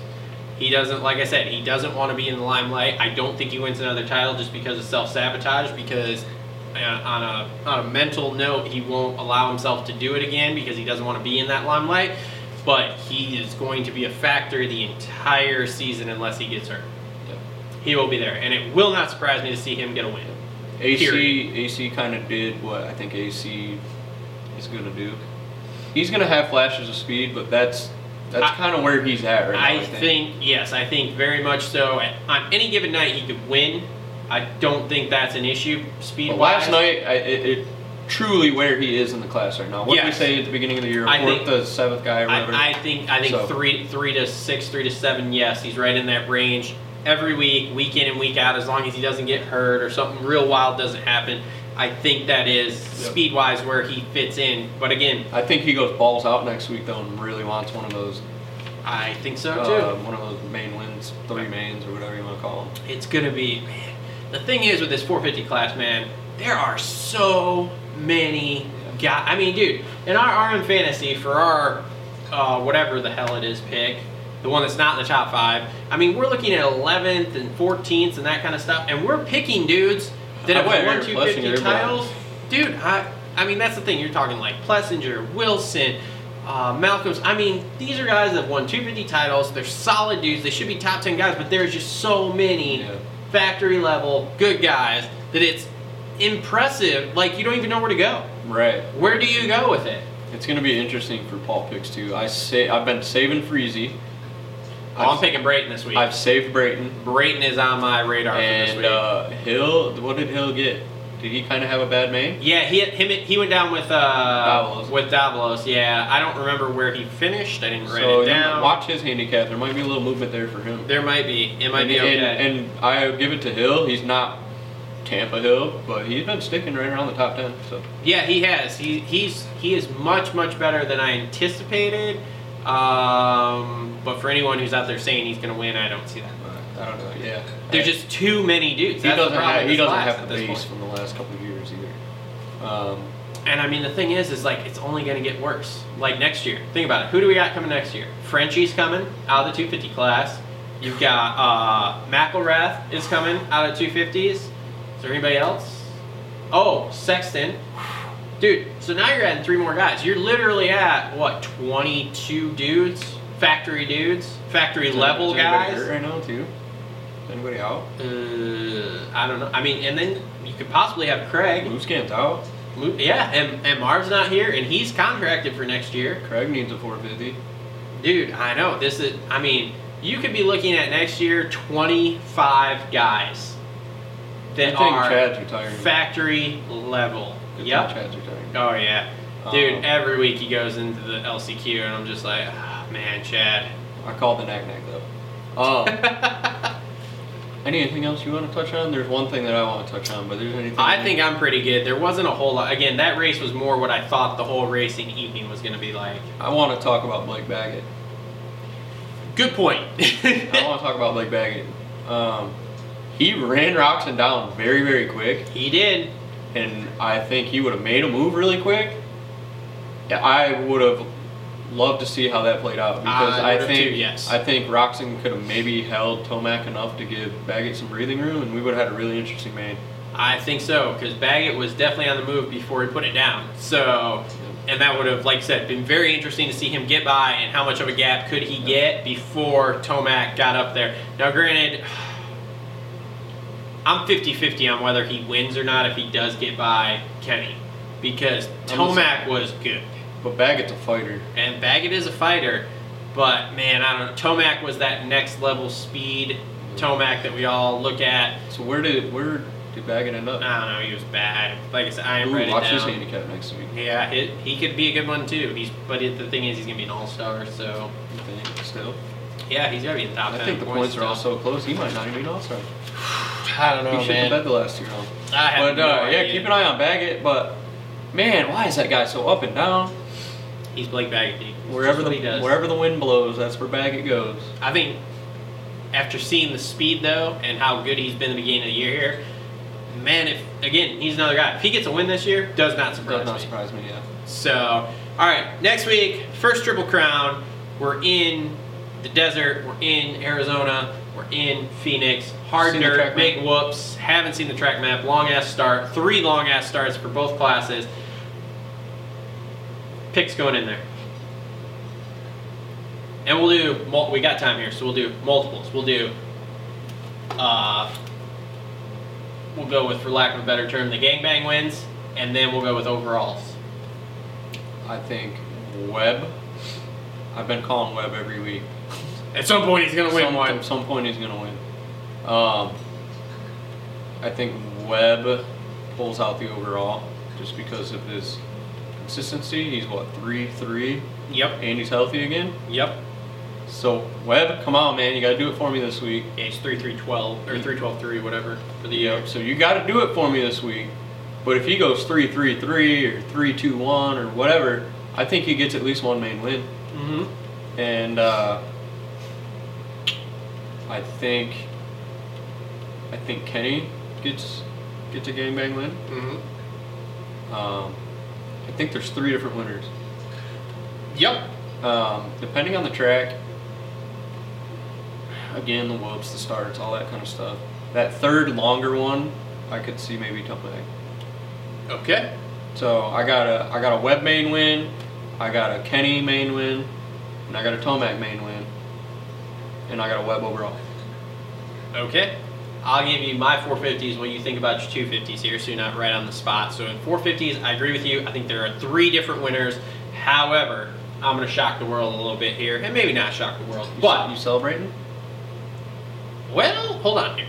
Speaker 1: he doesn't. Like I said, he doesn't want to be in the limelight. I don't think he wins another title just because of self sabotage. Because uh, on a on a mental note, he won't allow himself to do it again because he doesn't want to be in that limelight. But he is going to be a factor the entire season unless he gets hurt. He will be there, and it will not surprise me to see him get a win.
Speaker 2: AC
Speaker 1: Period.
Speaker 2: AC kind of did what I think AC is gonna do. He's gonna have flashes of speed, but that's that's
Speaker 1: I-
Speaker 2: kind of where he's at right now.
Speaker 1: I think yes, I think very much so. At- On any given night, he could win. I don't think that's an issue. Speed
Speaker 2: But last night, I, it, it truly where he is in the class right now. What
Speaker 1: Yes.
Speaker 2: did we say at the beginning of the year?
Speaker 1: I
Speaker 2: Fourth
Speaker 1: think-
Speaker 2: to seventh guy or whatever.
Speaker 1: I, I think I think
Speaker 2: So-
Speaker 1: three three to six, three to seven. Yes, he's right in that range every week, week in and week out. As long as he doesn't get hurt or something real wild doesn't happen, I think that is
Speaker 2: Yep.
Speaker 1: speed wise where he fits in. But again,
Speaker 2: I think he goes balls out next week though, and really wants one of those,
Speaker 1: I think so too.
Speaker 2: uh, one of those main wins, three mains or whatever you want to call them.
Speaker 1: it's gonna be man, the thing is with this 450 class man there are so many guys i mean dude in our rm fantasy for our uh, whatever the hell it is pick the one that's not in the top five i mean we're looking at 11th and 14th and that kind of stuff and we're picking dudes that
Speaker 2: I
Speaker 1: have
Speaker 2: went
Speaker 1: won
Speaker 2: here, blessing
Speaker 1: 250
Speaker 2: everybody.
Speaker 1: titles dude i I mean, that's the thing. You're talking like Plessinger, Wilson, uh, Malcolm's. I mean, these are guys that have won 250 titles. They're solid dudes. They should be top 10 guys, but there's just so many
Speaker 2: Yeah.
Speaker 1: factory level good guys that it's impressive. Like, you don't even know where to go.
Speaker 2: Right.
Speaker 1: Where do you go with it?
Speaker 2: It's gonna be interesting for Paul picks too. I say I've been saving Freezy.
Speaker 1: Oh, I'm picking Brayton this week.
Speaker 2: I've saved Brayton.
Speaker 1: Brayton is on my radar for this
Speaker 2: And
Speaker 1: week.
Speaker 2: uh, Hill, what did Hill get? Did he kind of have a bad main?
Speaker 1: yeah, he him he went down with uh
Speaker 2: Davos.
Speaker 1: with Davlos. Yeah, I don't remember where he finished. I didn't write
Speaker 2: so
Speaker 1: it
Speaker 2: you
Speaker 1: down.
Speaker 2: watch his handicap. There might be a little movement there for him.
Speaker 1: There might be. It might
Speaker 2: and,
Speaker 1: be okay.
Speaker 2: and, and I give it to Hill. He's not Tampa Hill, but he's been sticking right around the top ten. So
Speaker 1: yeah, he has. He he's he is much much better than I anticipated. Um, but for anyone who's out there saying he's going to win, I don't see that.
Speaker 2: I don't know. Yeah,
Speaker 1: There's just too many dudes.
Speaker 2: he
Speaker 1: That's the
Speaker 2: doesn't
Speaker 1: problem
Speaker 2: have,
Speaker 1: with
Speaker 2: he
Speaker 1: this
Speaker 2: doesn't
Speaker 1: class
Speaker 2: have
Speaker 1: at
Speaker 2: the
Speaker 1: this
Speaker 2: base
Speaker 1: point.
Speaker 2: from the last couple of years either. Um,
Speaker 1: And I mean, the thing is, is like it's only going to get worse. Like next year, think about it. Who do we got coming next year? Frenchie's coming out of the 250 class. You've got uh, McElrath is coming out of 250s. Is there anybody else? Oh, Sexton, dude. So now you're adding three more guys. You're literally at what 22 dudes, factory dudes, factory
Speaker 2: is
Speaker 1: level
Speaker 2: anybody
Speaker 1: guys.
Speaker 2: hurt right now too. Is anybody out?
Speaker 1: Uh, I don't know. I mean, and then you could possibly have Craig.
Speaker 2: Booscamp's out.
Speaker 1: Mo- Yeah, and, and Marv's not here, and he's contracted for next year.
Speaker 2: Craig needs a 450.
Speaker 1: Dude, I know. This is, I mean, you could be looking at next year 25 guys that
Speaker 2: I think
Speaker 1: are
Speaker 2: Chad's retiring.
Speaker 1: factory level.
Speaker 2: I think
Speaker 1: Yep.
Speaker 2: Chad's retiring.
Speaker 1: Oh, yeah. Dude,
Speaker 2: Um,
Speaker 1: every week he goes into the LCQ, and I'm just like, ah, man, Chad.
Speaker 2: I called the knack knack though. Um, anything else you want to touch on? There's one thing that I want to touch on, but there's anything.
Speaker 1: I think I'm pretty good. There wasn't a whole lot. Again, that race was more what I thought the whole racing evening was going to be like.
Speaker 2: I want to talk about Blake Baggett.
Speaker 1: Good point.
Speaker 2: I want to talk about Blake Baggett. Um, he ran Roxon down very, very quick,
Speaker 1: he did.
Speaker 2: and I think he would have made a move really quick. Yeah, I would have loved to see how that played out because
Speaker 1: I
Speaker 2: I,
Speaker 1: would have
Speaker 2: think
Speaker 1: too, yes.
Speaker 2: I think Roxon could have maybe held Tomac enough to give Baggett some breathing room, and we would have had a really interesting main.
Speaker 1: I think so, because Baggett was definitely on the move before he put it down. So, and that would have, like I said, been very interesting to see him get by and how much of a gap could he get before Tomac got up there. Now, granted, I'm 50 50 on whether he wins or not if he does get by Kenny, because
Speaker 2: I'm the same.
Speaker 1: Tomac was good.
Speaker 2: But Baggett's a fighter.
Speaker 1: And Baggett is a fighter, but man, I don't know. Tomac was that next level speed Tomac that we all look at.
Speaker 2: So where did where did Baggett end up?
Speaker 1: I don't know, he was bad. Like I said, I am
Speaker 2: Ooh,
Speaker 1: ready
Speaker 2: watch
Speaker 1: down.
Speaker 2: his handicap next week.
Speaker 1: Yeah, he, he could be a good one too. He's but it, the thing is, he's gonna be an all star. So
Speaker 2: I think, Still,
Speaker 1: yeah, he's gotta be in the top.
Speaker 2: I
Speaker 1: 10
Speaker 2: think the points are
Speaker 1: still.
Speaker 2: all so close. He might not even be an all-star.
Speaker 1: I don't know,
Speaker 2: he shit the
Speaker 1: man.
Speaker 2: bed the last year. Though.
Speaker 1: I have
Speaker 2: But
Speaker 1: no
Speaker 2: uh, yeah,
Speaker 1: idea.
Speaker 2: keep an eye on Baggett. But man, why is that guy so up and down?
Speaker 1: He's Blake Baggett. dude. It's
Speaker 2: Wherever
Speaker 1: just
Speaker 2: the
Speaker 1: what he does.
Speaker 2: wherever the wind blows, that's where Baggett goes.
Speaker 1: I think after seeing the speed though and how good he's been at the beginning of the year here, man, if again he's another guy. If he gets a win this year, does not surprise
Speaker 2: Does not
Speaker 1: me.
Speaker 2: surprise me. Yeah.
Speaker 1: So, all right, next week, first Triple Crown. We're in the desert. We're in Arizona. We're in Phoenix. Hard
Speaker 2: Seen the
Speaker 1: dirt,
Speaker 2: track
Speaker 1: big whoops. Haven't seen the track map. Long ass start. Three long ass starts for both classes. Picks going in there. And we'll do, mul- we got time here, so we'll do multiples. We'll do, uh, we'll go with, for lack of a better term, the gangbang wins, and then we'll go with overalls.
Speaker 2: I think Webb. I've been calling Webb every week.
Speaker 1: At some point, he's gonna
Speaker 2: some, At some point, he's gonna win. Um, I think Webb pulls out the overall just because of his consistency. He's what three three,
Speaker 1: Yep.
Speaker 2: and he's healthy again.
Speaker 1: Yep.
Speaker 2: So Webb, come on, man, you gotta do it for me this week.
Speaker 1: Yeah, he's three three twelve or three twelve three whatever for the year.
Speaker 2: Yep. So you got to do it for me this week. But if he goes three three three or three two one or whatever, I think he gets at least one main win.
Speaker 1: Mm-hmm.
Speaker 2: And uh, I think I think Kenny gets gets a game bang win.
Speaker 1: Mm-hmm.
Speaker 2: Um, I think there's three different winners.
Speaker 1: Yep.
Speaker 2: Um, depending on the track, again the whoops, the starts, all that kind of stuff. That third longer one, I could see maybe Tomac.
Speaker 1: Okay.
Speaker 2: So I got a I got a Web main win, I got a Kenny main win, and I got a Tomac main win, and I got a Web overall.
Speaker 1: Okay. I'll give you my 450s when you think about your 250s here, so you're not right on the spot. So in 450s, I agree with you. I think there are three different winners. However, I'm going to shock the world a little bit here, and maybe not shock the world, but
Speaker 2: you celebrating?
Speaker 1: well, hold on here.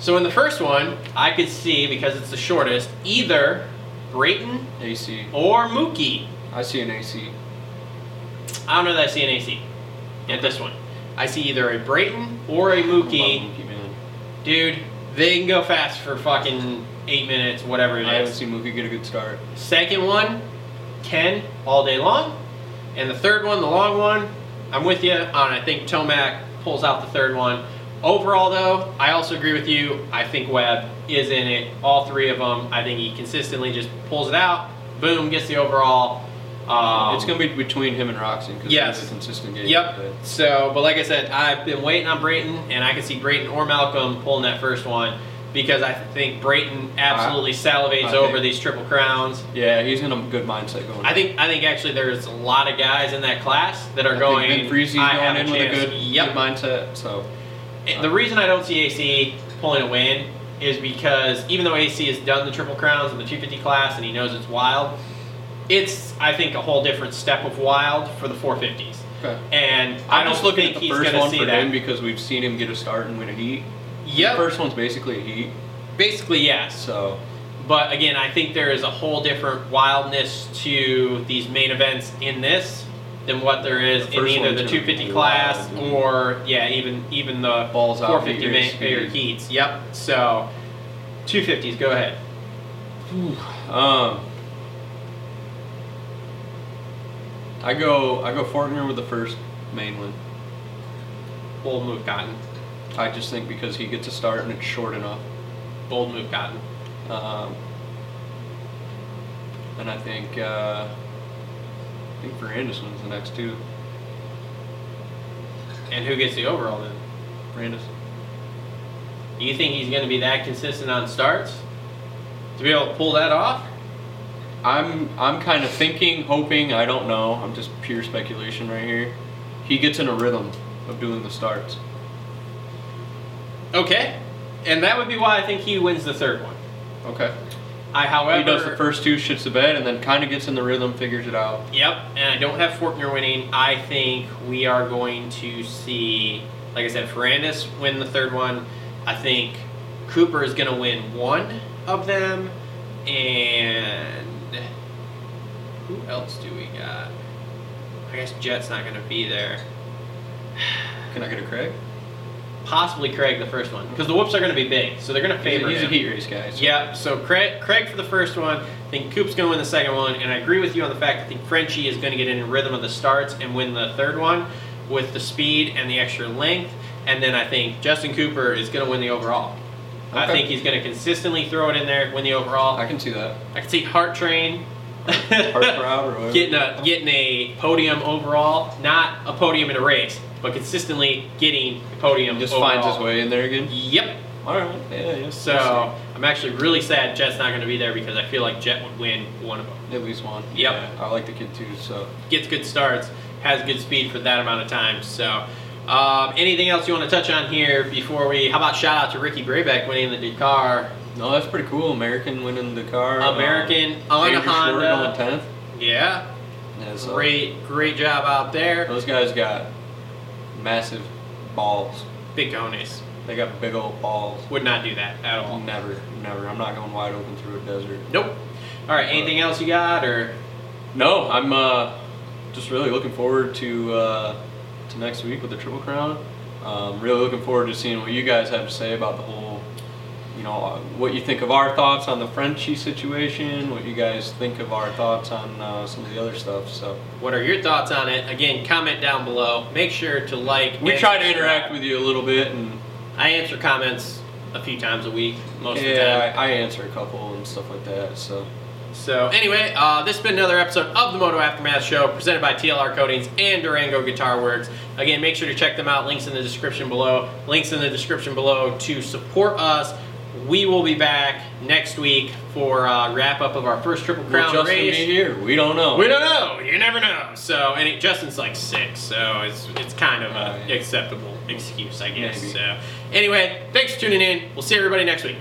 Speaker 1: So in the first one, I could see because it's the shortest, either Brayton
Speaker 2: AC.
Speaker 1: or Mookie.
Speaker 2: I see an AC.
Speaker 1: I don't know that I see an AC at this one. I see either a Brayton or a Mookie.
Speaker 2: I love Mookie, man.
Speaker 1: Dude, they can go fast for fucking eight minutes, whatever it
Speaker 2: I haven't
Speaker 1: is.
Speaker 2: seen Mookie get a good start.
Speaker 1: Second one, Ken all day long. And the third one, the long one, I'm with you on. I think Tomac pulls out the third one. Overall, though, I also agree with you. I think Webb is in it. All three of them. I think he consistently just pulls it out. Boom, gets the overall. Um,
Speaker 2: it's gonna be between him and Roxon because
Speaker 1: Yes.
Speaker 2: it's a consistent game.
Speaker 1: Yep. So, but like I said, I've been waiting on Brayton, and I can see Brayton or Malcolm pulling that first one because I think Brayton absolutely salivates
Speaker 2: I
Speaker 1: over
Speaker 2: think-
Speaker 1: these triple crowns.
Speaker 2: But yeah, he's in a good mindset going.
Speaker 1: I think I think actually there's a lot of guys in that class that are
Speaker 2: I
Speaker 1: going.
Speaker 2: Think Vinfriezi's
Speaker 1: I
Speaker 2: going
Speaker 1: have
Speaker 2: in
Speaker 1: a
Speaker 2: with a
Speaker 1: chance.
Speaker 2: good,
Speaker 1: Yep.
Speaker 2: good mindset. So
Speaker 1: It- The reason I don't see AC pulling a win is because even though AC has done the triple crowns in the 250 class and he knows it's wild, it's I think a whole different step of wild for the 450s.
Speaker 2: okay.
Speaker 1: And I
Speaker 2: I'm
Speaker 1: don't
Speaker 2: just looking
Speaker 1: think
Speaker 2: at the
Speaker 1: he's
Speaker 2: first
Speaker 1: gonna
Speaker 2: one
Speaker 1: see
Speaker 2: for
Speaker 1: that.
Speaker 2: him because we've seen him get a start and win a heat. The
Speaker 1: Yep.
Speaker 2: first one's basically a heat.
Speaker 1: Basically, yes.
Speaker 2: So
Speaker 1: But again, I think there is a whole different wildness to these main events in this than what there is
Speaker 2: The
Speaker 1: in
Speaker 2: first
Speaker 1: either
Speaker 2: one's
Speaker 1: the
Speaker 2: gonna
Speaker 1: 250
Speaker 2: be
Speaker 1: class
Speaker 2: wild, dude.
Speaker 1: or yeah, even even the
Speaker 2: Balls out,
Speaker 1: 450
Speaker 2: beat your
Speaker 1: main, or
Speaker 2: speed.
Speaker 1: heats. Yep. So 250s. Go ahead.
Speaker 2: um I go I go Fortner with the first main win.
Speaker 1: Bold move, Cotton.
Speaker 2: I just think because he gets a start and it's short enough.
Speaker 1: Bold move, Cotton.
Speaker 2: Um, and I think uh, I think Brandis wins the next two.
Speaker 1: And who gets the overall then?
Speaker 2: Brandis.
Speaker 1: Do you think he's going to be that consistent on starts to be able to pull that off?
Speaker 2: I'm I'm kind of thinking, hoping, I don't know. I'm just pure speculation right here. He gets in a rhythm of doing the starts.
Speaker 1: Okay. And that would be why I think he wins the third one.
Speaker 2: Okay.
Speaker 1: I, however,
Speaker 2: he does the first two, shits the bed, and then kind of gets in the rhythm, figures it out.
Speaker 1: Yep, and I don't have Fortner winning. I think we are going to see, like I said, Ferrandis win the third one. I think Cooper is going to win one of them, and who else do we got? I guess Jet's not going to be there.
Speaker 2: Can I get a Craig?
Speaker 1: Possibly Craig the first one, because the whoops are going to be big, so they're going to
Speaker 2: He's
Speaker 1: favor
Speaker 2: a, he's a
Speaker 1: him.
Speaker 2: heat race guy. so-
Speaker 1: Yep. So Craig, Craig for the first one. I think Coop's going to win the second one, and I agree with you on the fact I think Frenchie is going to get in a rhythm of the starts and win the third one with the speed and the extra length. And then I think Justin Cooper is going to win the overall. I
Speaker 2: Okay.
Speaker 1: think he's going to consistently throw it in there, win the overall.
Speaker 2: I can see that.
Speaker 1: I can see Heart Train
Speaker 2: Hard for out or whatever.
Speaker 1: getting a getting a podium overall, not a podium in a race, but consistently getting a podium.
Speaker 2: just
Speaker 1: overall.
Speaker 2: finds his way in there again.
Speaker 1: Yep.
Speaker 2: All right. Yeah. yeah.
Speaker 1: So I'm actually really sad Jet's not going to be there because I feel like Jet would win one of them.
Speaker 2: At least one.
Speaker 1: Yep.
Speaker 2: Yeah, I like the kid too. So
Speaker 1: Gets good starts, has good speed for that amount of time. So, um, anything else you want to touch on here before we? How about shout out to Ricky Brayback winning the Dakar?
Speaker 2: no, that's pretty cool. American winning the car. um,
Speaker 1: American on
Speaker 2: Andrew Short
Speaker 1: Honda.
Speaker 2: on tenth.
Speaker 1: Yeah,
Speaker 2: Yeah, so
Speaker 1: great, great job out there.
Speaker 2: Those guys got massive balls.
Speaker 1: Big cojones
Speaker 2: They got big old balls.
Speaker 1: would not do that at all.
Speaker 2: Never, never. I'm not going wide open through a desert.
Speaker 1: Nope. All right, anything else you got or?
Speaker 2: No, I'm uh, just really looking forward to uh, to next week with the Triple Crown. Um, really looking forward to seeing what you guys have to say about the whole, you know, uh, what you think of our thoughts on the Frenchie situation, what you guys think of our thoughts on uh, some of the other stuff. So
Speaker 1: What are your thoughts on it? Again, comment down below. Make sure to like.
Speaker 2: we
Speaker 1: and
Speaker 2: try to
Speaker 1: subscribe.
Speaker 2: interact with you a little bit, and
Speaker 1: I answer comments a few times a week, most of the time.
Speaker 2: yeah, I, I answer a couple and stuff like that. So
Speaker 1: So anyway, uh, this has been another episode of the Moto Aftermath Show presented by TLR Coatings and Durango Guitar Works. Again, make sure to check them out. Links in the description below. Links in the description below to support us We will be back next week for uh, wrap up of our first Triple Crown
Speaker 2: Justin
Speaker 1: race.
Speaker 2: may hear. We don't know.
Speaker 1: We don't know. You never know. So, and it, Justin's like six, so it's it's kind of
Speaker 2: Oh,
Speaker 1: an
Speaker 2: yeah.
Speaker 1: acceptable excuse, I guess.
Speaker 2: Maybe.
Speaker 1: So, anyway, thanks for tuning in. We'll see everybody next week.